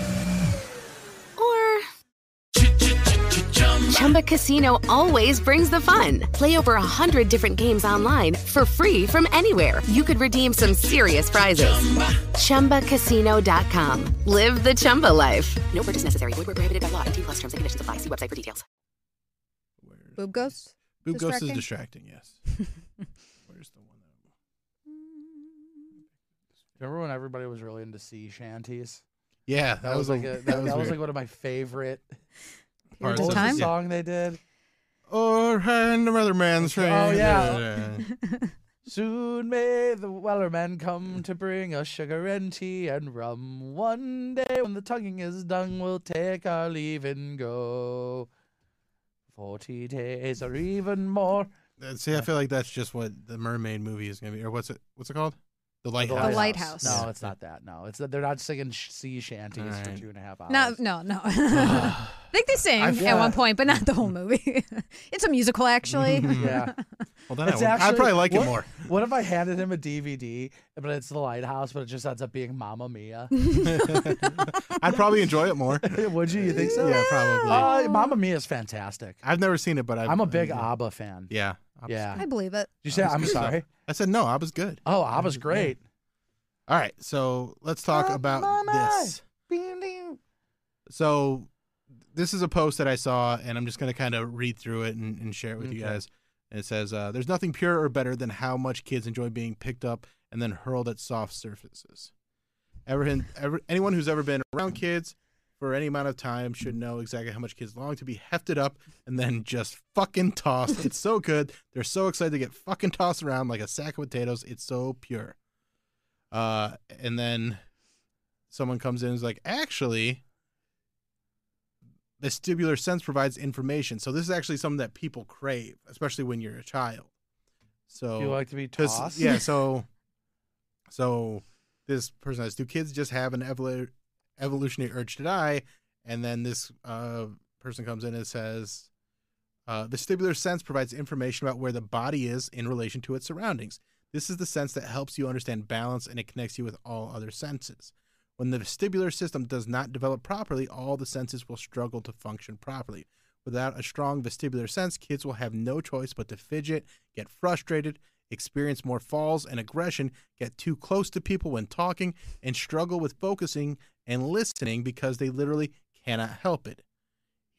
S5: or Chumba Casino always brings the fun. Play over a hundred different games online for free from anywhere. You could redeem some serious prizes. ChumbaCasino.com. Live the Chumba life. No purchase necessary. Void were prohibited by law. T plus terms and conditions apply. See website for details.
S2: Where?
S4: Boob ghost.
S2: Boop Ghost is
S4: distracting?
S2: distracting. Yes. Where's the one? That...
S3: Remember when everybody was really into sea shanties?
S2: Yeah, that,
S3: That, was, like
S2: a,
S3: a, that, that was
S2: weird.
S3: like one of my favorite.
S2: Part
S3: What
S2: of
S3: was
S2: the
S3: the
S4: time?
S2: Yeah.
S3: song they did?
S2: Or and another man's train.
S3: Oh, yeah. Soon may the Wellermen come to bring us sugar and tea and rum. One day when the tugging is done, we'll take our leave and go. Forty days or even more.
S2: Uh, See, I feel like that's just what the mermaid movie is gonna be, or what's it? What's it called? The lighthouse.
S8: Lighthouse. Lighthouse.
S3: No, it's not that. No, it's that they're not singing sh- sea shanties for
S2: Alright.
S3: two and a half hours.
S8: No, no, no. I think they sing
S2: I
S8: at
S2: feel-
S8: one point, but not the whole movie. it's a musical, actually.
S3: Yeah.
S2: Well, then I
S3: It's
S2: would, I'd
S3: actually-
S2: probably like
S3: what-
S2: it more.
S3: What if I handed him a DVD, but it's The Lighthouse, but it just ends up being Mamma Mia?
S2: I'd probably enjoy it more.
S3: Would you? You think so?
S2: Yeah, probably.
S3: Uh, Mamma Mia is fantastic.
S2: I've never seen it, but i
S3: I'm a big ABBA fan.
S2: Yeah.
S3: Yeah.
S8: I believe it.
S3: you say I'm
S2: good stuff.
S3: sorry?
S2: I said no. I was good.
S3: Oh, ABBA's great.
S2: All right, so let's talk
S3: Oh,
S2: about
S3: mama.
S2: this.
S3: Beam, beam.
S2: So this is a post that I saw, and I'm just going to kind of read through it and, and share it with you
S3: Okay.
S2: guys. And it says, uh, "There's nothing purer or better than how much kids enjoy being picked up and then hurled at soft surfaces. Ever, ever anyone who's ever been around kids for any amount of time should know exactly how much kids long to be hefted up and then just fucking tossed. it's so good. They're so excited to get fucking tossed around like a sack of potatoes. It's so pure." Uh, and then someone comes in and is like, actually, vestibular sense provides information. So this is actually something that people crave, especially when you're a child. So
S3: Do you like to be
S2: 'cause-
S3: tossed?
S2: yeah, so so this person says, do kids just have an evolu- evolutionary urge to die? And then this uh, person comes in and says, uh, vestibular sense provides information about where the body is in relation to its surroundings. This is the sense that helps you understand balance and it connects you with all other senses. When the vestibular system does not develop properly, all the senses will struggle to function properly. Without a strong vestibular sense, kids will have no choice but to fidget, get frustrated, experience more falls and aggression, get too close to people when talking, and struggle with focusing and listening because they literally cannot help it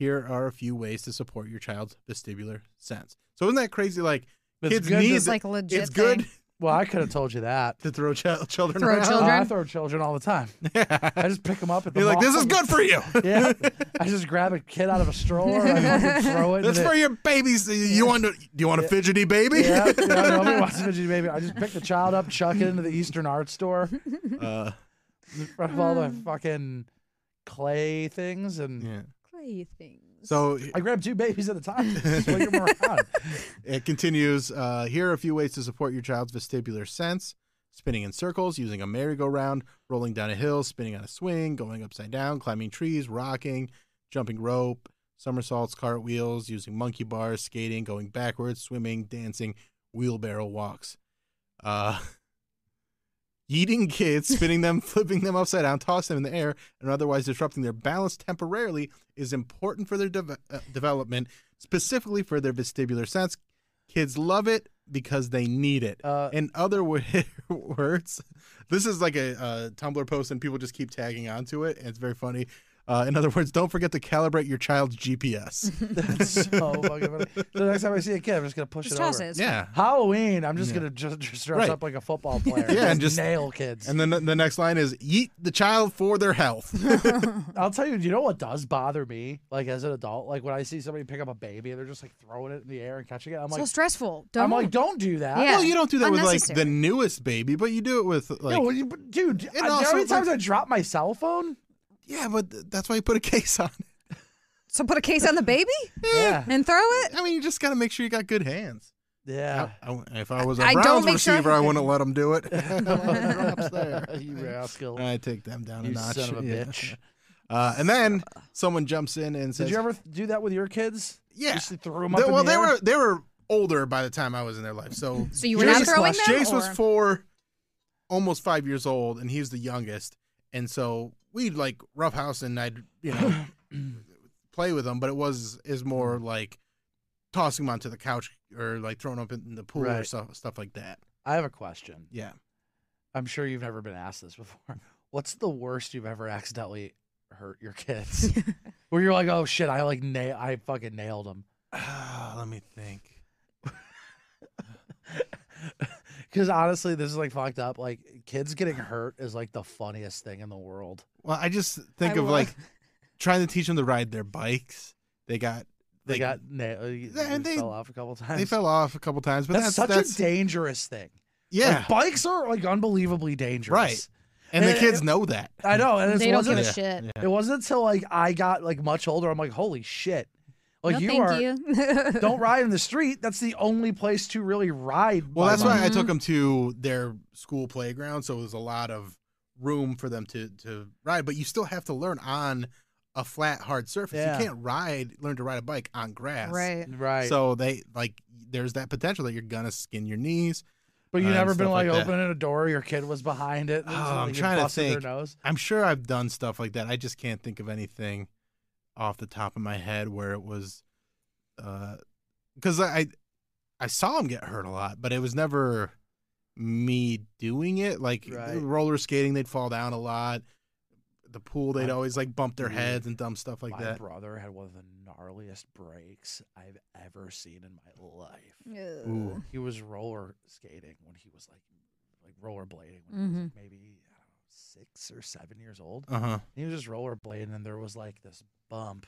S2: here are a few ways to support your child's vestibular sense. So isn't that crazy? Like
S3: It's
S2: kids
S3: good
S2: need
S3: to-
S8: It's like a legit
S2: It's good
S8: thing.
S3: Well, I could have told you that.
S2: to throw ch- children
S8: Throw
S2: around.
S3: Oh, I
S8: Children?
S3: throw children all the time. I just pick them up at the
S2: You're like, this is
S3: mall."
S2: good for you.
S3: yeah. I just grab a kid out of a stroller and I fucking throw it.
S2: That's
S3: in
S2: for
S3: it.
S2: your babies. You want to? Do you want a fidgety baby?
S3: Yeah, yeah, nobody wants a fidgety baby. I just pick the child up, chuck it into the Eastern Art Store
S2: Uh,
S3: in front of all the fucking clay things, and
S2: yeah.
S4: Clay things.
S2: So
S3: I grab two babies at a time, swing them around.
S2: It continues. Uh, here are a few ways to support your child's vestibular sense: spinning in circles, using a merry-go-round, rolling down a hill, spinning on a swing, going upside down, climbing trees, rocking, jumping rope, somersaults, cartwheels, using monkey bars, skating, going backwards, swimming, dancing, wheelbarrow walks. Uh, Eating kids, spinning them, flipping them upside down, tossing them in the air, and otherwise disrupting their balance temporarily is important for their deve- uh, development, specifically for their vestibular sense. Kids love it because they need it.
S3: Uh,
S2: In other wo- words, this is like a, uh Tumblr post, and people just keep tagging onto it, and it's very funny. Uh, in other words, don't forget to calibrate your child's GPS.
S3: That's so fucking funny. The next time I see a kid, I'm just gonna push
S8: Just
S3: it
S8: toss
S3: over.
S8: it.
S2: yeah.
S3: Halloween, I'm just
S2: Yeah.
S3: gonna just, just dress
S2: Right.
S3: up like a football player.
S2: Yeah, and just-
S3: nail kids.
S2: And then the- the next line is "Eat the child for their health."
S3: I'll tell you, you know what does bother me? Like as an adult, like when I see somebody pick up a baby and they're just like throwing it in the air and catching it, I'm
S8: so
S3: like,
S8: stressful. Don't.
S3: I'm like, don't do that.
S8: Yeah.
S2: Well, you don't do that with like the
S8: Unnecessary.
S2: newest baby, but you do it with like
S3: no, you- but dude, I,
S2: also,
S3: how many times
S2: like-
S3: I drop my cell phone?
S2: yeah, but th- that's why you put a case on. it.
S8: so put a case on the baby
S3: Yeah,
S8: and throw it.
S2: I mean, you just got to make sure you got good hands.
S3: yeah.
S2: I- I- if I was a
S8: I don't
S2: Browns
S8: make sure I
S2: receiver, I
S8: have
S2: wouldn't let him do it. Drops there.
S3: you rascal,
S2: I take them down
S3: you
S2: a notch.
S3: son of a
S2: yeah.
S3: bitch.
S2: Uh, and then someone jumps in and says,
S3: Did you ever th- do that with your kids?
S2: "Yeah."
S3: You just threw 'em
S2: They-
S3: up in
S2: well,
S3: the
S2: they
S3: air?
S2: were they were older by the time I was in their life, so
S8: So you were not
S2: Jace-
S8: throwing them.
S2: Jace was
S8: or-
S2: four, almost five years old, and he was the youngest. And so we'd like roughhouse and I'd, you know, play with him, but it was is more
S3: Mm-hmm.
S2: like tossing him onto the couch or like throwing him in the pool or
S3: Right.
S2: stuff stuff like that.
S3: I have a question.
S2: Yeah.
S3: I'm sure you've never been asked this before. What's the worst you've ever accidentally hurt your kids? Where you're like, oh shit, I like na- I fucking nailed them.
S2: let me think.
S3: Because honestly, this is like fucked up. Like kids getting hurt is like the funniest thing in the world.
S2: Well, I just think
S8: I
S2: of
S8: love-
S2: like trying to teach them to ride their bikes. They got
S3: They
S2: like,
S3: got nailed. They,
S2: they-
S3: fell off a couple times.
S2: they fell off a couple times, but
S3: that's,
S2: that's
S3: such
S2: that's,
S3: a dangerous thing.
S2: yeah,
S3: Like, bikes are like unbelievably dangerous.
S2: Right. and the
S3: and-
S2: kids know that.
S3: I know, and it
S8: They don't
S3: wasn't.
S8: give a
S2: Yeah.
S8: shit.
S3: It wasn't until like I got like much older. I'm like, holy shit! Like
S8: no,
S3: you
S8: thank
S3: are.
S8: you.
S3: don't ride in the street. That's the only place to really ride.
S2: Well,
S3: by
S2: that's
S3: my-
S2: why I
S8: Mm-hmm.
S2: took them to their school playground, so it was a lot of room for them to to ride. But you still have to learn on a flat, hard surface.
S3: Yeah.
S2: You can't ride, learn to ride a bike on grass.
S8: right.
S3: Right.
S2: So they like there's that potential that you're gonna skin your knees.
S3: but you
S2: uh,
S3: never been
S2: stuff
S3: like,
S2: like that.
S3: opening a door, your kid was behind it.
S2: Oh,
S3: and it's like
S2: I'm
S3: you
S2: trying to
S3: busted
S2: think.
S3: Their nose.
S2: I'm sure I've done stuff like that. I just can't think of anything off the top of my head where it was, because I, I I saw him get hurt a lot, but it was never me doing it. Like
S3: Right.
S2: roller skating, they'd fall down a lot. The pool, they'd
S3: My-
S2: always like bump their
S3: Dude,
S2: heads and dumb stuff like
S3: my
S2: that.
S3: brother had one of the gnarliest breaks I've ever seen in my life.
S2: Ooh.
S3: He was roller skating when he was like, like rollerblading when he was like maybe I don't know, six or seven years old.
S2: Uh huh.
S3: And he was just rollerblading, and there was like this bump,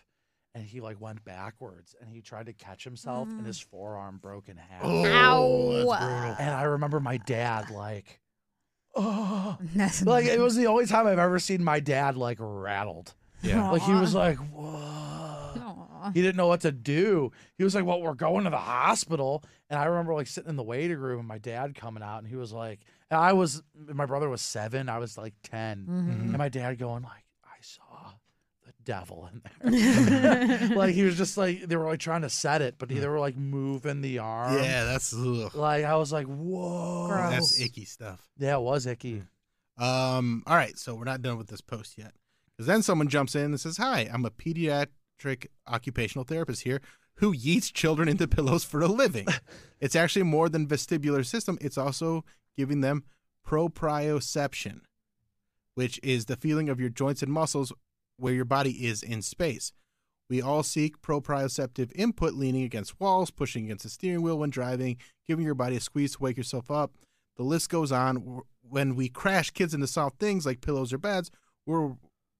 S3: and he like went backwards, and he tried to catch himself, and his forearm broke in half. Oh,
S8: Ow.
S3: And I remember my dad like, oh,
S8: That's-
S3: like it was the only time I've ever seen my dad like rattled.
S2: Yeah.
S3: Like he was like, whoa.
S8: Aw.
S3: He didn't know what to do. He was like, well, we're going to the hospital. And I remember like sitting in the waiting room and my dad coming out and he was like, and I was, my brother was seven. I was like 10. And my dad going like, I saw the devil in there. like he was just like, they were like trying to set it, but they were like moving the arm.
S2: Yeah, that's ugh,
S3: Like I was like, whoa.
S2: that's icky stuff.
S3: Yeah, it was icky.
S2: Um, all right, so we're not done with this post yet. Because then someone jumps in and says, Hi, I'm a pediatric occupational therapist here who yeets children into pillows for a living. it's actually more than vestibular system, it's also giving them proprioception, which is the feeling of your joints and muscles where your body is in space. We all seek proprioceptive input, leaning against walls, pushing against the steering wheel when driving, giving your body a squeeze to wake yourself up. The list goes on. W- When we crash kids into soft things like pillows or beds, we're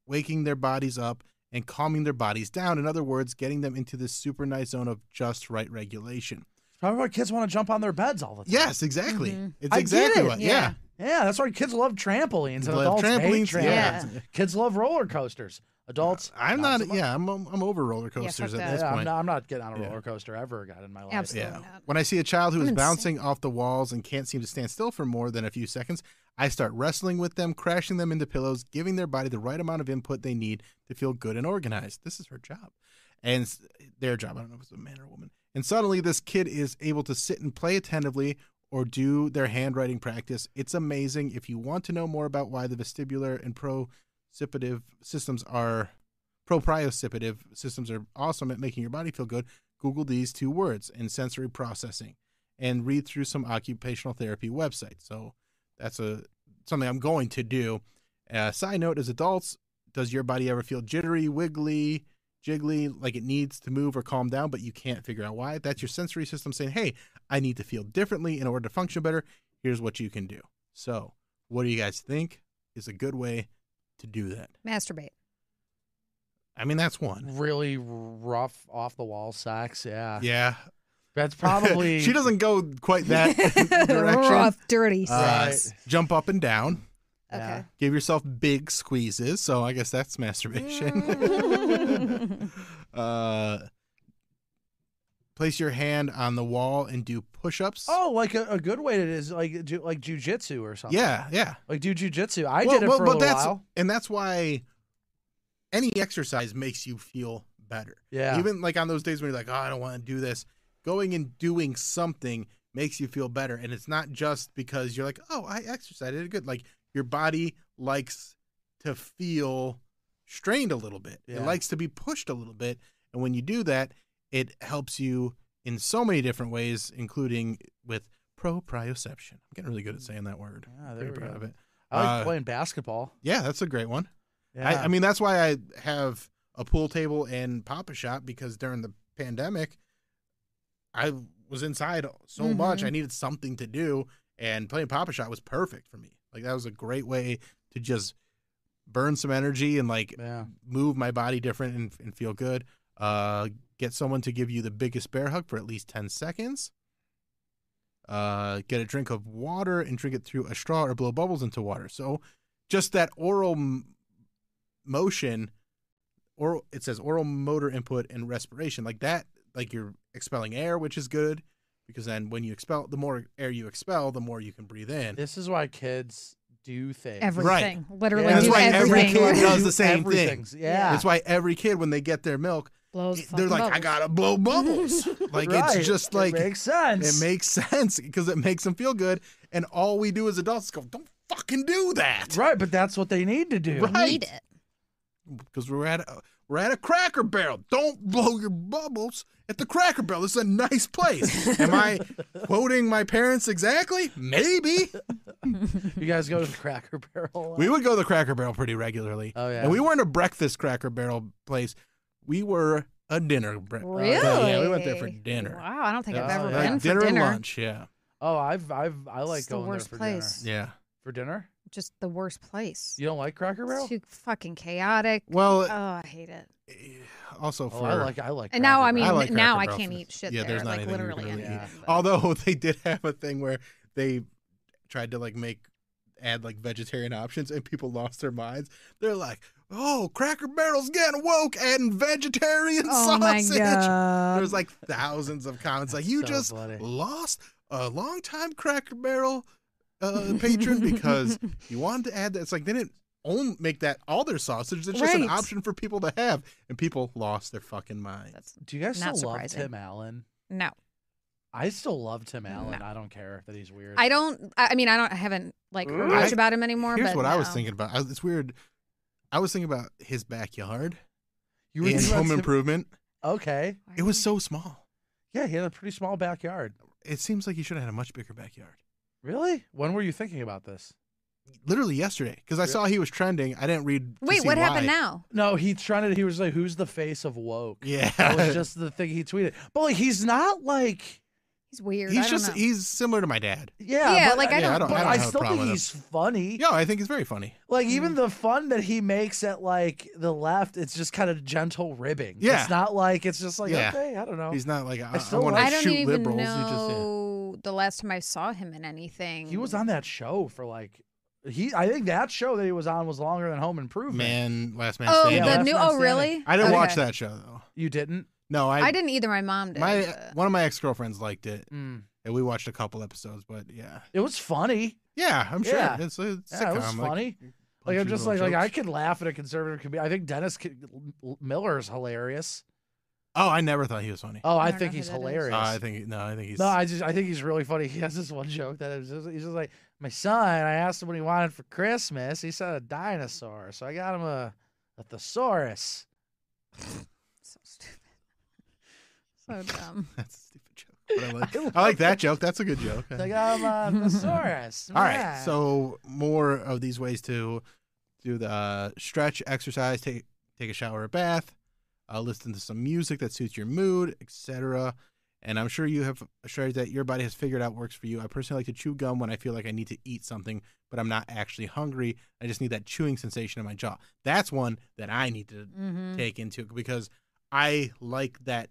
S2: waking their bodies up and calming their bodies down. In other words, getting them into this super nice zone of just right regulation.
S3: Probably why kids want to jump on their beds all the time.
S2: Yes, exactly. It's
S3: Mm-hmm. I get
S2: exactly
S3: it,
S2: what.
S8: yeah.
S2: Yeah.
S3: Yeah, that's why kids love trampolines. And
S2: Love
S3: adults
S2: trampolines,
S3: Hate
S2: yeah. Uh,
S3: trampolines. Kids love roller coasters. Adults.
S2: I'm
S3: so
S2: not.
S3: much.
S2: Yeah, I'm. I'm over roller coasters
S8: that.
S2: at this
S3: Yeah,
S2: point.
S3: I'm not, I'm not getting on a
S2: Yeah.
S3: roller coaster ever again in my life.
S8: Absolutely.
S2: Yeah.
S8: not.
S2: When I see a child who is
S8: I'm insane.
S2: bouncing off the walls and can't seem to stand still for more than a few seconds, I start wrestling with them, crashing them into pillows, giving their body the right amount of input they need to feel good and organized. This is her job. And s- their job. I don't know if it's a man or a woman. And suddenly, this kid is able to sit and play attentively or do their handwriting practice. It's amazing. If you want to know more about why the vestibular and proprioceptive systems are proprioceptive systems are awesome at making your body feel good, Google these two words and sensory processing. and read through some occupational therapy websites. So that's a something I'm going to do. Uh, side note: As adults, does your body ever feel jittery, wiggly, jiggly, like it needs to move or calm down, but you can't figure out why? That's your sensory system saying, "Hey, I need to feel differently in order to function better. Here's what you can do." So, what do you guys think is a good way to do that?
S8: Masturbate.
S2: I mean, that's one.
S3: Really rough off the wall sex. Yeah.
S2: Yeah,
S3: That's probably.
S2: she doesn't go quite that direction.
S8: Rough, dirty
S2: Uh,
S8: sex.
S2: Jump up and down.
S3: yeah.
S4: Okay.
S2: Give yourself big squeezes. So I guess that's masturbation. uh, place your hand on the wall and do push-ups.
S3: Oh, like a, a good way to is like ju- like jujitsu or something.
S2: yeah, yeah.
S3: Like do jujitsu. I
S2: Well,
S3: did it
S2: well,
S3: for a
S2: but
S3: little
S2: that's,
S3: while.
S2: And that's why any exercise makes you feel better.
S3: Yeah.
S2: Even like on those days when you're like, oh, I don't want to do this, going and doing something makes you feel better. And it's not just because you're like, oh, I exercised. I did good. Like your body likes to feel strained a little bit, it
S3: Yeah.
S2: likes to be pushed a little bit. And when you do that, it helps you in so many different ways, including with proprioception. I'm getting really good at saying that word.
S3: Mm. Yeah, there
S2: Very
S3: we
S2: proud
S3: go.
S2: of it.
S3: I like
S2: Uh,
S3: playing basketball.
S2: Yeah, that's a great one.
S3: Yeah.
S2: I, I mean, that's why I have a pool table and pop a shop because during the pandemic, I was inside so much. I needed something to do, and playing pop a shot was perfect for me. Like that was a great way to just burn some energy and like
S3: yeah.
S2: move my body different and, and feel good. Uh, get someone to give you the biggest bear hug for at least 10 seconds. Uh, get a drink of water and drink it through a straw or blow bubbles into water. So just that oral m- motion, or it says oral motor input and respiration like that, like you're expelling air, which is good because then when you expel, the more air you expel, the more you can breathe in.
S3: This is why kids do things.
S8: Everything. Literally
S3: Yeah.
S2: That's
S8: do
S2: why every
S8: everything.
S2: kid does
S3: Do
S2: the same
S3: everything.
S2: thing.
S3: Yeah.
S2: That's why every kid, when they get their milk,
S8: Blows
S2: it- they're
S8: fucking
S2: like, I
S8: bubbles.
S2: gotta blow bubbles. like
S3: Right.
S2: it's just like
S3: it makes sense.
S2: sense because it makes them feel good. And all we do as adults is go, don't fucking do that
S3: Right, but that's what they need to do.
S8: Need it.
S2: because we're at a, we're at a Cracker Barrel. Don't blow your bubbles at the Cracker Barrel. This is a nice place. Am I quoting my parents exactly? Maybe
S3: You guys go to the Cracker Barrel.
S2: we would go to the Cracker Barrel pretty regularly.
S3: Oh, yeah.
S2: and we weren't a breakfast Cracker Barrel place. We were a dinner. Bre-
S8: Really?
S2: Oh, Yeah, we went there for dinner.
S8: Wow, I don't think I've
S3: Yeah.
S8: ever
S3: Yeah.
S8: been
S2: Like
S8: for
S2: dinner,
S8: dinner.
S2: and lunch. Yeah.
S3: oh, I've I've I like
S8: It's the
S3: going
S8: worst
S3: there for
S8: place.
S3: dinner.
S2: Yeah.
S3: For dinner?
S8: Just the worst place.
S3: You don't like Cracker Barrel?
S8: It's too fucking chaotic.
S2: Well,
S8: Oh, I hate it.
S2: also
S3: Oh,
S2: for
S3: I like I like.
S8: And now
S3: Cracker
S8: I mean
S2: I
S3: Barrel.
S2: like
S8: now
S2: Cracker
S8: I
S2: Barrel
S8: can't
S2: for-
S8: eat shit
S2: yeah,
S8: there.
S2: there's not
S8: like
S2: anything you
S8: literally
S2: can really
S8: anything. but-
S2: although they did have a thing where they tried to like make add like vegetarian options and people lost their minds. They're like, "Oh, Cracker Barrel's getting woke adding vegetarian
S8: Oh my
S2: sausage."
S8: god.
S2: There was like thousands of comments like, "You
S3: so
S2: just
S3: funny.
S2: lost a long time Cracker Barrel uh, patron because you wanted to add that." It's like they didn't own make that all their sausage. It's just an
S8: Right.
S2: option for people to have, and people lost their fucking mind.
S8: That's
S3: Do you guys
S8: Not
S3: still love
S8: surprising.
S3: Tim Allen?
S8: no.
S3: I still love Tim Allen. I don't care that he's weird.
S8: I don't I I mean I don't I haven't like heard
S2: I-
S8: much about him anymore.
S2: Here's
S8: but
S2: what I was
S8: no.
S2: thinking about. I, it's weird. I was thinking about his backyard
S3: you
S2: in
S3: thinking about
S2: Home
S3: Tim-
S2: Improvement.
S3: Okay.
S8: Why
S2: It
S8: are
S2: was
S8: you-
S2: so small.
S3: Yeah, he had a pretty small backyard.
S2: It seems like he should have had a much bigger backyard.
S3: Really? When were you thinking about this?
S2: Literally yesterday, because I saw he was trending. I didn't read. to
S8: Wait,
S2: see
S8: what happened
S2: why.
S8: now?
S3: No, he tried to. He was like, "Who's the face of woke?"
S2: Yeah,
S3: That was just the thing he tweeted. But like, he's not like.
S8: He's weird. I
S2: he's
S8: don't
S2: just
S8: know.
S2: he's similar to my dad.
S3: Yeah,
S8: Yeah,
S3: but-
S8: like, I
S2: Yeah, don't- I don't-
S3: but
S2: I don't
S3: I
S2: have a
S3: still
S2: problem
S3: think
S2: with
S3: he's funny.
S2: Yeah, I think he's very funny.
S3: Like
S8: Mm.
S3: even the fun that he makes at like the left, it's just kind of gentle ribbing.
S2: Yeah.
S3: it's not like it's just like
S2: Yeah.
S3: okay, I don't know.
S2: He's not like I,
S3: I still
S2: want
S3: like-
S8: Oh. I
S2: to
S8: don't
S2: shoot
S8: even
S2: liberals. He just- yeah.
S8: know the last time I saw him in anything.
S3: He was on that show for like he. I think that show that he was on was longer than Home Improvement.
S2: man, last man
S8: Oh,
S2: standing.
S3: Yeah,
S8: the
S3: Last
S8: new.
S3: Man
S8: Oh,
S3: Standing.
S8: really?
S2: I didn't
S8: Okay.
S2: watch that show though.
S3: You didn't.
S2: No, I,
S8: I didn't either. My mom did.
S2: My
S8: but-
S2: one of my ex girlfriends liked it,
S3: Mm.
S2: and we watched a couple episodes. But yeah,
S3: It was funny.
S2: yeah, I'm sure
S3: Yeah.
S2: it's a
S3: Yeah, it was
S2: sitcom, like,
S3: funny. Like
S2: punchy
S3: I'm just like
S2: little
S3: like I
S2: jokes.
S3: could laugh at a conservative comedian. I think Dennis K- Miller's hilarious.
S2: Oh, I never thought he was funny.
S3: Oh, I,
S8: I don't
S3: think
S8: know who
S3: he's
S8: that is.
S2: Uh,
S3: hilarious.
S2: I think no, I think he's
S3: No, I just I think he's really funny. He has this one joke that is just, he's just like my son. I asked him what he wanted for Christmas. He said a dinosaur, so I got him a, a thesaurus.
S8: So dumb.
S2: that's a stupid joke. But I like, I like that joke. That's a good joke.
S3: Like I'm a thesaurus.
S2: All right.
S3: man.
S2: So more of these ways to do the uh, stretch, exercise, take take a shower or bath, uh, listen to some music that suits your mood, etc. And I'm sure you have a strategy that your body has figured out works for you. I personally like to chew gum when I feel like I need to eat something, but I'm not actually hungry. I just need that chewing sensation in my jaw. That's one that I need to
S8: Mm-hmm.
S2: take into because I like that.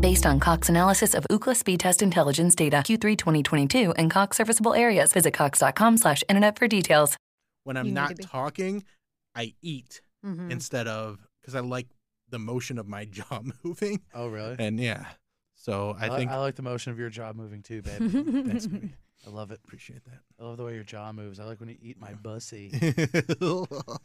S7: Based on Cox analysis of Ookla speed test intelligence data Q3 2022 and Cox serviceable areas, visit cox.com/internet slash internet for details.
S2: when
S8: You
S2: I'm
S8: need to
S2: not
S8: be- Mm-hmm.
S2: talking, I eat instead of because I like the motion of my jaw moving.
S3: Oh really?
S2: And yeah, so I
S3: li-
S2: think
S3: I like the motion of your jaw moving too, baby.
S2: thanks, baby.
S3: I love it.
S2: Appreciate that.
S3: I love the way your jaw moves. I like when you eat my bussy.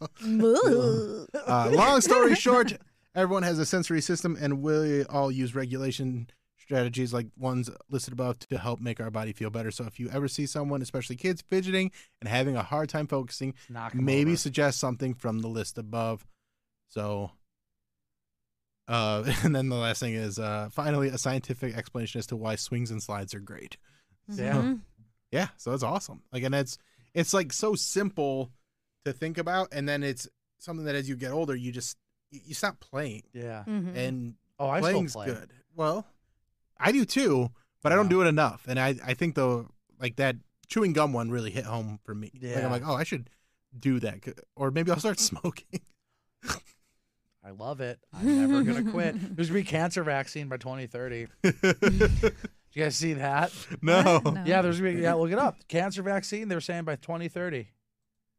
S2: uh, long story short, everyone has a sensory system, and we all use regulation strategies like ones listed above to help make our body feel better. So if you ever see someone, especially kids, fidgeting and having a hard time focusing,
S3: Knock 'em
S2: maybe
S3: over.
S2: suggest something from the list above. So, uh, and then the last thing is uh, finally a scientific explanation as to why swings and slides are great.
S8: Mm-hmm.
S3: Yeah.
S2: Yeah, so that's awesome. Like, and it's it's like so simple to think about, and then it's something that as you get older, you just you you stop playing,
S3: Yeah.
S8: Mm-hmm.
S2: and
S3: Oh, I still
S2: playing's
S3: play.
S2: good. Well, I do too, but I don't
S3: Yeah.
S2: do it enough, and I I think though like that chewing gum one really hit home for me. Like
S3: Yeah.
S2: I'm like, oh, I should do that, c- or maybe I'll start smoking.
S3: I love it. I'm never gonna quit. There's gonna be cancer vaccine by 2030. Did you guys see that?
S2: no.
S8: Oh,
S3: Yeah, there's gonna be. Yeah, look it up. Cancer vaccine. They're saying by 2030.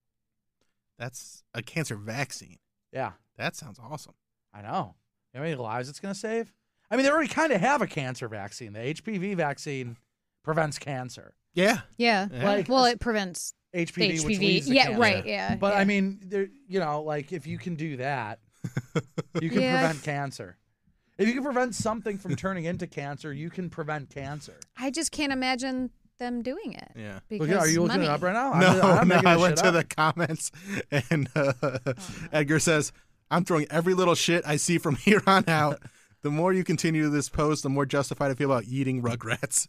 S2: that's a cancer vaccine.
S3: Yeah,
S2: That sounds awesome.
S3: I know. You know how many lives it's gonna save? I mean, they already kind of have a cancer vaccine. The HPV vaccine prevents cancer.
S2: Yeah,
S8: Yeah.
S2: Yeah.
S3: Like-
S8: well, it prevents
S3: HPV, which
S8: HPV.
S3: leads to
S8: Yeah,
S3: cancer.
S8: right. Yeah.
S3: But I
S8: yeah.
S3: mean, there, you know, like if you can do that, you can
S8: Yeah.
S3: prevent cancer. If you can prevent something from turning into cancer, you can prevent cancer.
S8: I just can't imagine them doing it.
S2: yeah.
S8: Because
S3: Look, are you looking
S8: money.
S3: it up right now?
S2: No,
S3: I'm, I'm
S2: no,
S3: making
S2: I
S3: this
S2: went
S3: shit
S2: to
S3: up.
S2: the comments and uh, Edgar says, I'm throwing every little shit I see from here on out. The more you continue this post, the more justified I feel about eating Rugrats.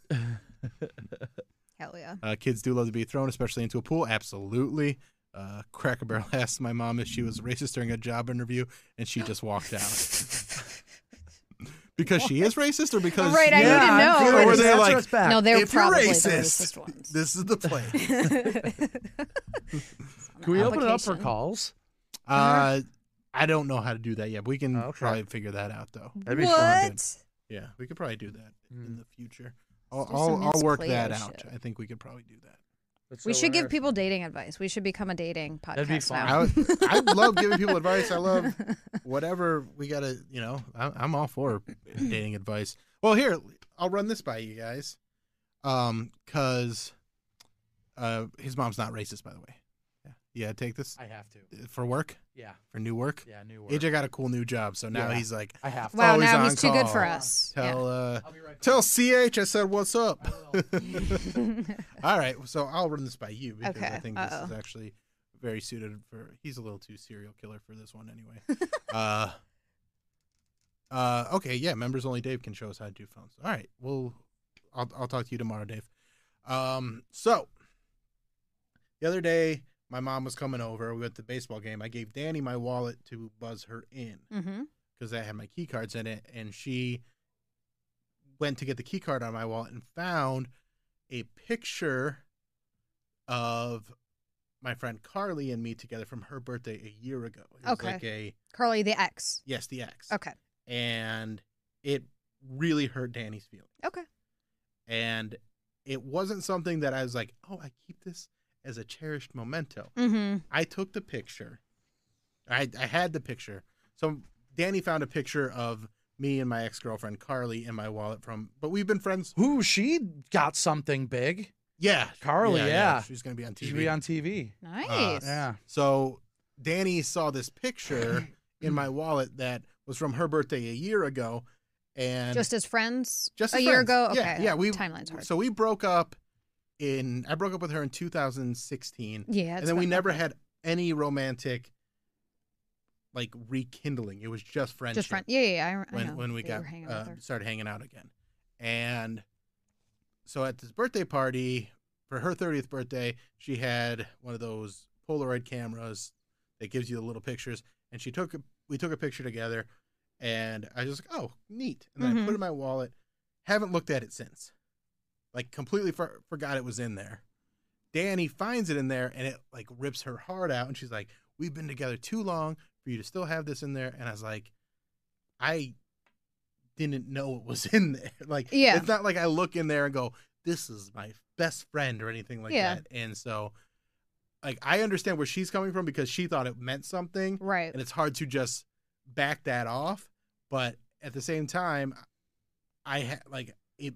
S8: Hell yeah.
S2: Uh, kids do love to be thrown, especially into a pool. Absolutely. Uh, Cracker Barrel asked my mom if she was racist during a job interview, and she just walked out. because she is racist or because
S8: Right, I
S3: yeah,
S8: need to
S3: I'm
S8: know.
S3: curious.
S8: Or were
S2: they
S3: Answer
S2: like-
S3: us back.
S8: No, they're
S2: if you're
S8: probably
S2: racist,
S8: the racist ones. Uh-huh.
S2: this is the place.
S3: Can we open it up for
S8: Application.
S3: calls?
S2: Uh, I don't know how to do that yet. but We can
S3: Okay.
S2: probably figure that out though.
S3: That'd
S8: What?
S2: Yeah, we could probably do that in the future. I'll
S8: Let's do
S2: I'll,
S8: some
S2: I'll
S8: Miss
S2: work
S8: Cleo
S2: that out.
S8: shit.
S2: I think we could probably do that.
S8: We should give people dating advice. We should become a dating podcast
S3: That'd be fun.
S2: I,
S8: now.
S2: would- I love giving people advice. I love whatever we gotta. You know, I'm, I'm all for dating advice. Well, here I'll run this by you guys, um, cause uh, his mom's not racist, by the way. Yeah, yeah. Take this uh,
S3: I have to.
S2: for work,
S3: Yeah.
S2: for new work.
S3: Yeah. New word.
S2: AJ got a cool new job, so now
S3: Yeah.
S2: he's like,
S3: I have to.
S8: wow,
S2: Oh, he's
S8: now
S2: on
S8: he's too good for
S2: call.
S8: us.
S2: Tell
S8: Yeah.
S2: uh,
S3: I'll be right back.
S2: tell CH I said what's up. All right, so I'll run this by you because I
S8: Okay,
S2: think this is
S8: uh-oh.
S2: actually very suited for. He's a little too serial killer for this one anyway. uh, uh, okay, yeah. Members only Dave can show us how to do phones. All right, well, I'll I'll talk to you tomorrow, Dave. Um, so the other day. My mom was coming over. We went to the baseball game. I gave Danny my wallet to buzz her in
S8: Mm-hmm.
S2: because I had my key cards in it, and she went to get the key card on my wallet and found a picture of my friend Carly and me together from her birthday a year ago. It was
S8: Okay.
S2: like a
S8: Carly the ex.
S2: yes, the ex.
S8: Okay.
S2: And it really hurt Danny's feelings.
S8: Okay.
S2: And it wasn't something that I was like, oh, I keep this as a cherished memento.
S8: Mm-hmm.
S2: I took the picture. I, I had the picture. So Danny found a picture of me and my ex girlfriend Carly in my wallet from, but we've been friends.
S3: Who she got something big.
S2: Yeah,
S3: Carly, yeah.
S2: she's gonna be on TV.
S3: She should be on TV.
S2: Ah,
S8: Nice.
S3: Yeah.
S2: So Danny saw this picture in my wallet that was from her birthday a year ago, and
S8: Just as friends.
S2: Just
S8: a
S2: as
S8: year
S2: friends.
S8: ago. Okay.
S2: Yeah, yeah. We
S8: timeline's hard.
S2: So we broke up in. I broke up with her in 2016,
S8: yeah.
S2: and then we never had any romantic like rekindling. It was just friendship.
S8: Just friend. Yeah, yeah. yeah I, I
S2: when
S8: know
S2: when we
S8: that you
S2: got
S8: were hanging out
S2: uh,
S8: with her.
S2: started hanging out again, and so at this birthday party for her thirtieth birthday, she had one of those Polaroid cameras that gives you the little pictures, and she took a, we took a picture together, and I was just like, oh, neat, and then
S8: Mm-hmm.
S2: I put it in my wallet. Haven't looked at it since, like completely for, forgot it was in there. Danny finds it in there, and it like rips her heart out, and she's like, "We've been together too long for you to still have this in there," and I was like. I didn't know it was in there. Like,
S8: Yeah.
S2: it's not like I look in there and go, "This is my best friend" or anything like
S8: Yeah.
S2: that. And so, like, I understand where she's coming from because she thought it meant something,
S8: Right.
S2: and it's hard to just back that off. But at the same time, I had like it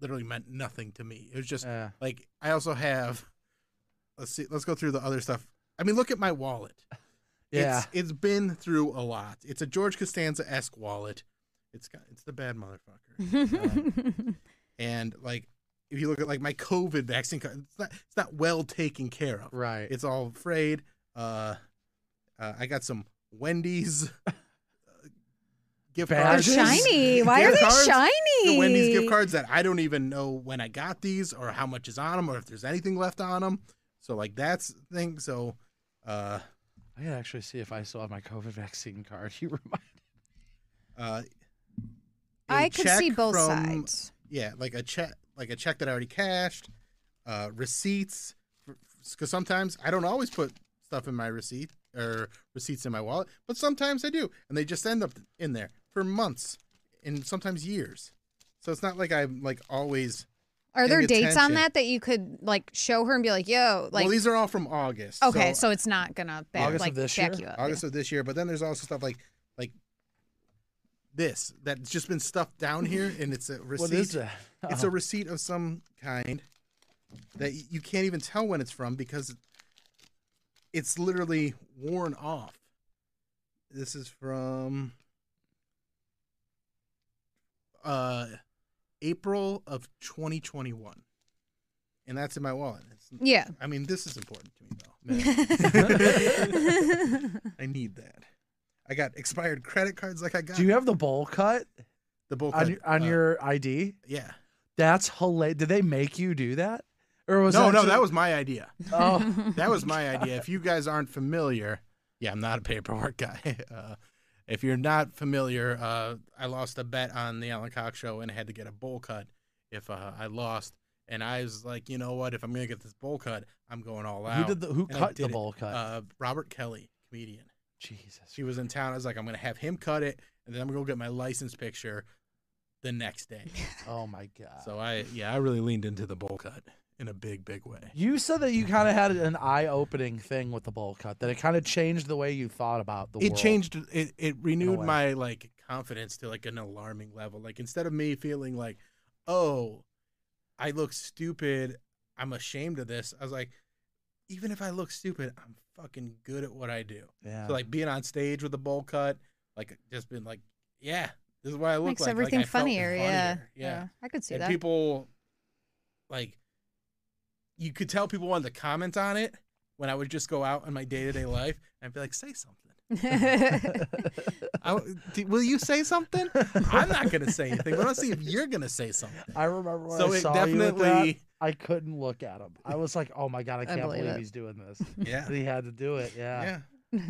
S2: literally meant nothing to me. It was just
S3: Yeah.
S2: like I also have. Let's see. Let's go through the other stuff. I mean, look at my wallet.
S3: Yeah.
S2: It's, it's been through a lot. It's a George Costanza esque wallet. It's got it's the bad motherfucker. Uh, and like if you look at like my COVID vaccine card, it's not it's not well taken care of.
S3: Right.
S2: It's all frayed. Uh, uh I got some Wendy's uh, gift
S8: They're
S3: Badges?
S2: cards.
S8: shiny. Why are
S2: Gift
S8: they
S2: cards?
S8: shiny?
S2: The Wendy's gift cards that I don't even know when I got these or how much is on them or if there's anything left on them. So like that's the thing. So uh
S3: I can actually see if I still have my COVID vaccine card. You remind.
S2: uh, a
S8: I could see
S2: check
S8: both
S2: from-
S8: sides.
S2: Yeah, like a check, like a check that I already cashed, uh, receipts. Because sometimes I don't always put stuff in my receipt or receipts in my wallet, but sometimes I do, and they just end up in there for months and sometimes years. So it's not like I'm like always.
S8: Are there
S2: paying
S8: dates on
S2: attention.
S8: that that you could like show her and be like, "Yo, like,
S2: well, these are all from August.
S8: okay, so, it's not gonna back,
S3: August of
S8: like
S3: this
S8: back
S3: year?
S8: you up."
S2: Uh, August of this year. But then there's also stuff like like this that's just been stuffed down here, and it's a receipt.
S3: What is that? Uh-huh.
S2: It's a receipt of some kind that y- you can't even tell when it's from because it's literally worn off. This is from uh April of 2021. And that's in my wallet. It's,
S8: Yeah.
S2: I mean, this is important to me though. I need that. I got expired credit cards like I got
S3: Do you have the bowl cut
S2: the both
S3: on your, on your ID?
S2: yeah.
S3: That's hilarious. Did they make you do that, or was
S2: No,
S3: that
S2: no,
S3: ju-
S2: that was my idea.
S3: oh
S2: that was my idea. If you guys aren't familiar, yeah, I'm not a paperwork guy. Uh, if you're not familiar, uh, I lost a bet on the Alan Cox show and had to get a bowl cut if uh, I lost. And I was like, you know what? If I'm gonna get this bowl cut, I'm going all out.
S3: who did the who
S2: And I
S3: cut the
S2: did it.
S3: bowl cut?
S2: Uh, Robert Kelly, comedian.
S3: Jesus,
S2: She was in town. I was like, I'm gonna have him cut it, and then I'm gonna go get my license picture the next day.
S3: oh my god.
S2: so I, yeah, I really leaned into the bowl cut in a big, big way.
S3: You said that you kind of had an eye-opening thing with the bowl cut that it kind of changed the way you thought about the
S2: it
S3: world.
S2: changed it, it renewed
S3: way.
S2: my like confidence to like an alarming level like instead of me feeling like oh i look stupid i'm ashamed of this i was like even if i look stupid i'm fucking good at what i do
S3: Yeah.
S2: so like being on stage with a bowl cut like just been like yeah this is what i look
S8: Makes
S2: like Like,
S8: everything
S2: I felt
S8: funnier, yeah.
S2: funnier. yeah
S8: I could see
S2: and
S8: that.
S2: people like you could tell people wanted to comment on it when I would just go out in my day to day life and I'd be like, say something. I w- d- will you say something? I'm not gonna say anything, but I'll see if you're gonna say something.
S3: I remember when
S2: So
S3: I
S2: it
S3: saw you at that,
S2: definitely-
S3: I couldn't look at him. I was like, "Oh my god, I can't
S8: believe
S3: believe,
S8: it.
S3: he's doing this."
S2: Yeah.
S3: That he had to do it. Yeah.
S2: Yeah,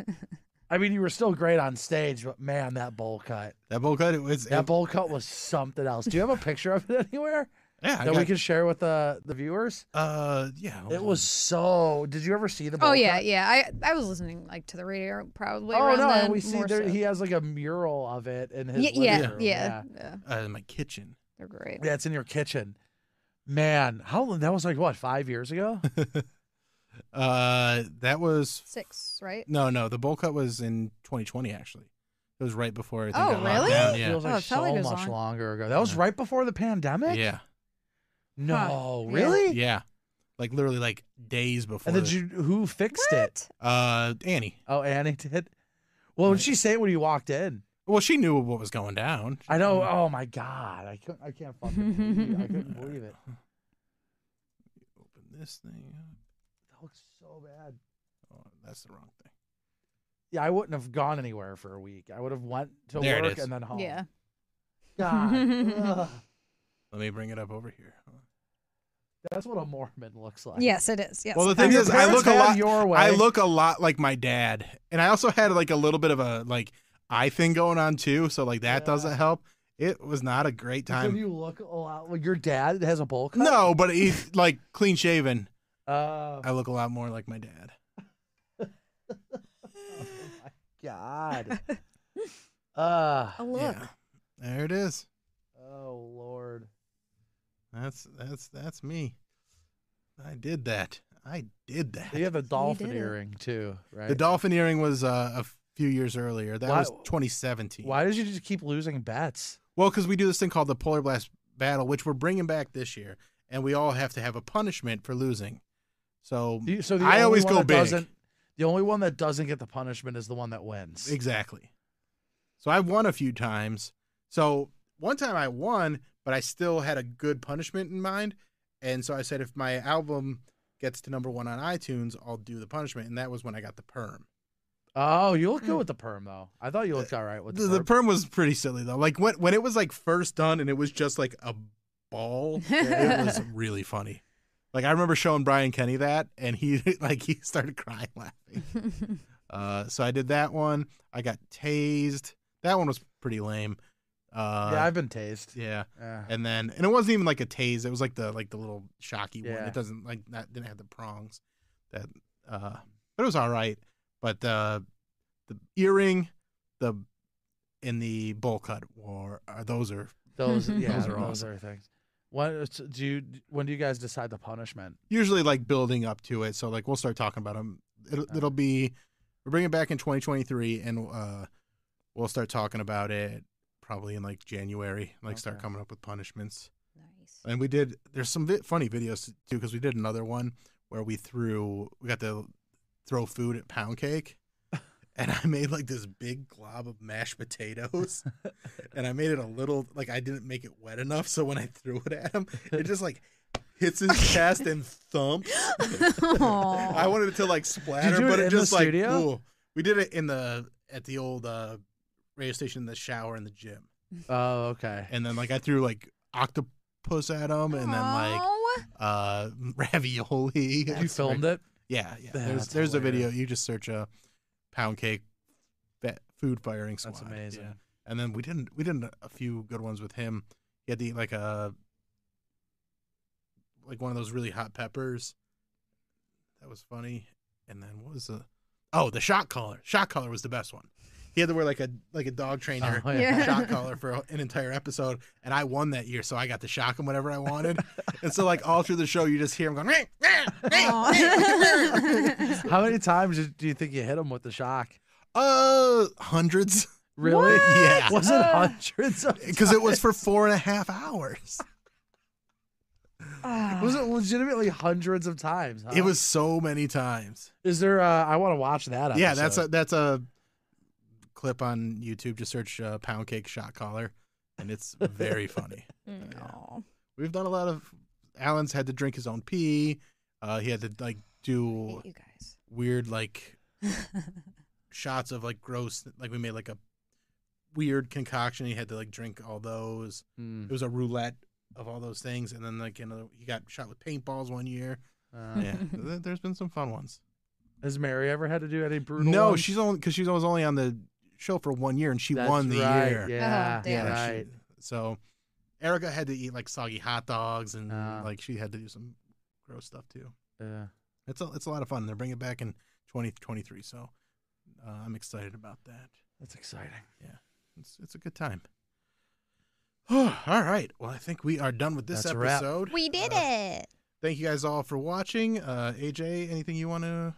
S3: I mean, you were still great on stage, but man, that bowl cut.
S2: that bowl cut. It was
S3: That bowl cut was something else. Do you have a picture of it anywhere
S2: Yeah, I
S3: that we
S2: got-
S3: can share with the the viewers?
S2: Uh, yeah.
S3: It was so. Did you ever see the? Bowl
S8: oh yeah,
S3: cut?
S8: yeah. I I was listening like to the radio probably.
S3: Oh
S8: around
S3: no,
S8: then,
S3: and we see
S8: more
S3: there,
S8: so.
S3: he has like a mural of it in his.
S8: yeah, yeah,
S3: living
S8: yeah,
S3: room.
S8: yeah,
S2: uh, in my kitchen.
S8: They're great.
S3: Yeah, it's in your kitchen. Man, how long- that was like what five years ago?
S2: Uh, that was
S8: Six, right?
S2: no, no. The bowl cut was in 2020 actually. It was right before. I think,
S8: Oh,
S2: I locked
S8: really?
S2: down,
S3: feels like
S8: Oh, it
S3: so
S8: felt like it
S3: much
S8: was long.
S3: longer ago. That was right before the
S2: Yeah.
S3: pandemic.
S2: Yeah.
S3: No,
S8: Yeah.
S3: really?
S2: Yeah. like literally like days before.
S3: And then you, who fixed it?
S2: uh, Annie.
S3: Oh, Annie did. Well, did she say it when you walked in?
S2: Well, she knew what was going down.
S3: I know.
S2: Mm-hmm.
S3: Oh my God, I couldn't. I can't fucking believe it. I couldn't believe it.
S2: Open this thing. up.
S3: That looks so bad.
S2: Oh, that's the wrong thing.
S3: Yeah, I wouldn't have gone anywhere for a week. I would have went to
S2: There it
S3: work
S2: is.
S3: and then home.
S8: Yeah.
S3: God, ugh.
S2: Let me bring it up over here.
S3: that's what a Mormon looks like.
S8: Yes, it is. Yes.
S2: Well, the thing
S3: Your
S2: is, I
S3: parents
S2: look a
S3: had
S2: lot.
S3: your way.
S2: I look a lot like my dad, and I also had like a little bit of a like eye thing going on too. So like that
S3: Yeah.
S2: doesn't help. It was not a great
S3: Did
S2: time.
S3: you look a lot like your dad has a bowl cut?
S2: No, but he's like clean shaven.
S3: Oh
S2: I look a lot more like my dad.
S3: God. uh,
S4: Oh, look.
S2: Yeah. There it is.
S3: oh Lord.
S2: That's that's that's me. I did that. I did that.
S3: You have a dolphin
S4: did it.
S3: earring too, right?
S2: The dolphin earring was uh, a few years earlier. That
S3: Why-
S2: was 2017.
S3: Why did you just keep losing bets?
S2: Well, because we do this thing called the Polar Blast Battle, which we're bringing back this year, and we all have to have a punishment for losing. So,
S3: Do you- so the
S2: I
S3: only
S2: always
S3: one
S2: go
S3: that
S2: big.
S3: doesn't- The only one that doesn't get the punishment is the one that wins.
S2: Exactly. So I've won a few times. So one time I won, but I still had a good punishment in mind. And so I said, if my album gets to number one on iTunes, I'll do the punishment. And that was when I got the perm.
S3: Oh, you look good with the perm though. I thought you looked all right with
S2: Hmm. the,
S3: the,
S2: the
S3: perm.
S2: perm was pretty silly though. Like when when it was like first done and it was just like a ball, it was really funny. Like I remember showing Brian Kenny that and he like he started crying laughing. uh, so I did that one. I got tased. That one was pretty lame. Uh,
S3: yeah, I've been tased.
S2: yeah.
S3: Yeah.
S2: And then and it wasn't even like a tase. It was like the like the little shocky one.
S3: Yeah.
S2: It doesn't like that didn't have the prongs. That uh but it was all right. But uh the earring, the and the bowl cut war are those are
S3: Those, yeah,
S2: Those
S3: those
S2: are
S3: are
S2: awesome.
S3: things. When do you? When do you guys decide the punishment?
S2: usually like building up to it. So like we'll start talking about them. It'll, it'll be we're bringing it back in 2023 and uh we'll start talking about it probably in like January. Like start
S3: Okay.
S2: coming up with punishments.
S8: nice.
S2: And we did. There's some vi- funny videos too because we did another one where we threw. We got to throw food at pound cake, and I made like this big glob of mashed potatoes, and I made it a little like I didn't make it wet enough. So when I threw it at him, it just like hits his chest and thumps. I wanted it to like splatter,
S3: do
S2: but it
S3: it in the
S2: just like
S3: studio?
S2: ooh. we did it in the at the old uh, radio station in the shower in the gym,
S3: Oh, okay.
S2: and then like I threw like octopus at him, and then like
S8: Oh,
S2: uh ravioli.
S3: you filmed it.
S2: Yeah, yeah. there's
S3: That's
S2: there's a video.
S3: hilarious.
S2: You just search a pound cake fa- food firing squad.
S3: That's amazing.
S2: Yeah. And then we didn't we did a few good ones with him. He had to eat like a like one of those really hot peppers. That was funny. And then what was the Oh, the shot collar. Shot collar was the best one. He had to wear like a like a dog trainer
S3: Oh, yeah.
S2: shot collar for an entire episode, and I won that year, so I got to shock him whenever I wanted. and so like all through the show, you just hear him going. "Meow, meow, meow, meow, meow, meow."
S3: How many times did- do you think you hit him with the shock?
S2: Uh, hundreds.
S3: Really?
S2: Yeah.
S3: Was it hundreds? Of
S2: Because it was for four and a half hours.
S8: Ah.
S3: was it legitimately hundreds of times? huh?
S2: It was so many times.
S3: Is there? Uh, I want to watch that.
S2: Yeah, that's a
S3: episode.
S2: that's a clip on YouTube. Just search uh, pound cake shot collar, and it's very funny.
S8: Mm. no.
S2: We've done a lot of. Alan's had to drink his own pee. Uh, he had to like do
S8: Hate you guys.
S2: weird like shots of like gross. Like we made like a weird concoction. He had to like drink all those.
S3: Mm.
S2: It was a roulette of all those things, and then like you know he got shot with paintballs one year.
S3: Uh,
S2: Yeah, Th- there's been some fun ones.
S3: Has Mary ever had to do any brutal?
S2: No,
S3: ones?
S2: she's only because she was only on the show for one year, and she
S3: That's
S2: won the
S3: right,
S2: year.
S3: Yeah,
S8: Oh, damn.
S2: Yeah, she-
S3: right.
S2: So Erica had to eat like soggy hot dogs, and
S3: Ah.
S2: like she had to do some gross stuff too.
S3: Yeah.
S2: It's a it's a lot of fun. They're bringing it back in 2023, so uh, I'm excited about that.
S3: That's exciting.
S2: It's it's a good time. All right. Well, I think we are done with this
S3: That's a wrap.
S2: episode.
S4: We did
S2: Uh,
S4: it.
S2: Thank you guys all for watching. Uh, AJ, anything you want to?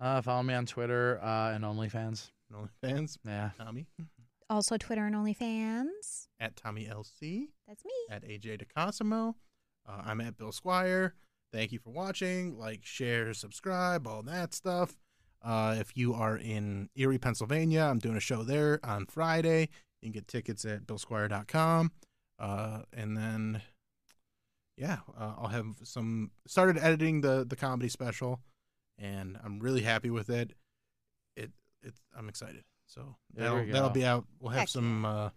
S3: Uh, follow me on Twitter uh, and OnlyFans.
S2: OnlyFans,
S3: Yeah.
S2: Tommy
S4: Also, Twitter and OnlyFans.
S2: at Tommy LC
S4: That's me.
S2: at AJ DeCosimo. Uh, I'm at Bill Squire. Thank you for watching. Like, share, subscribe, all that stuff. Uh, if you are in Erie, Pennsylvania, I'm doing a show there on Friday. You can get tickets at billsquire.com. Uh, and then, yeah, uh, I'll have some started editing the the comedy special, and I'm really happy with it. It it I'm excited. So
S9: There
S2: that'll,
S9: we
S2: that'll
S9: go.
S2: be out. We'll have
S4: Heck
S2: some uh,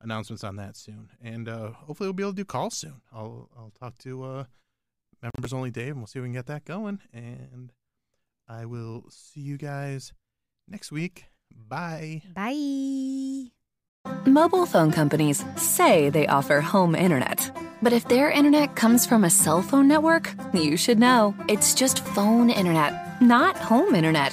S2: announcements on that soon, and uh, hopefully we'll be able to do calls soon. I'll I'll talk to uh, members only Dave, and we'll see if we can get that going. And I will see you guys next week. Bye.
S8: Bye.
S7: Mobile phone companies say they offer home internet. But if their internet comes from a cell phone network, you should know. It's just phone internet, not home internet.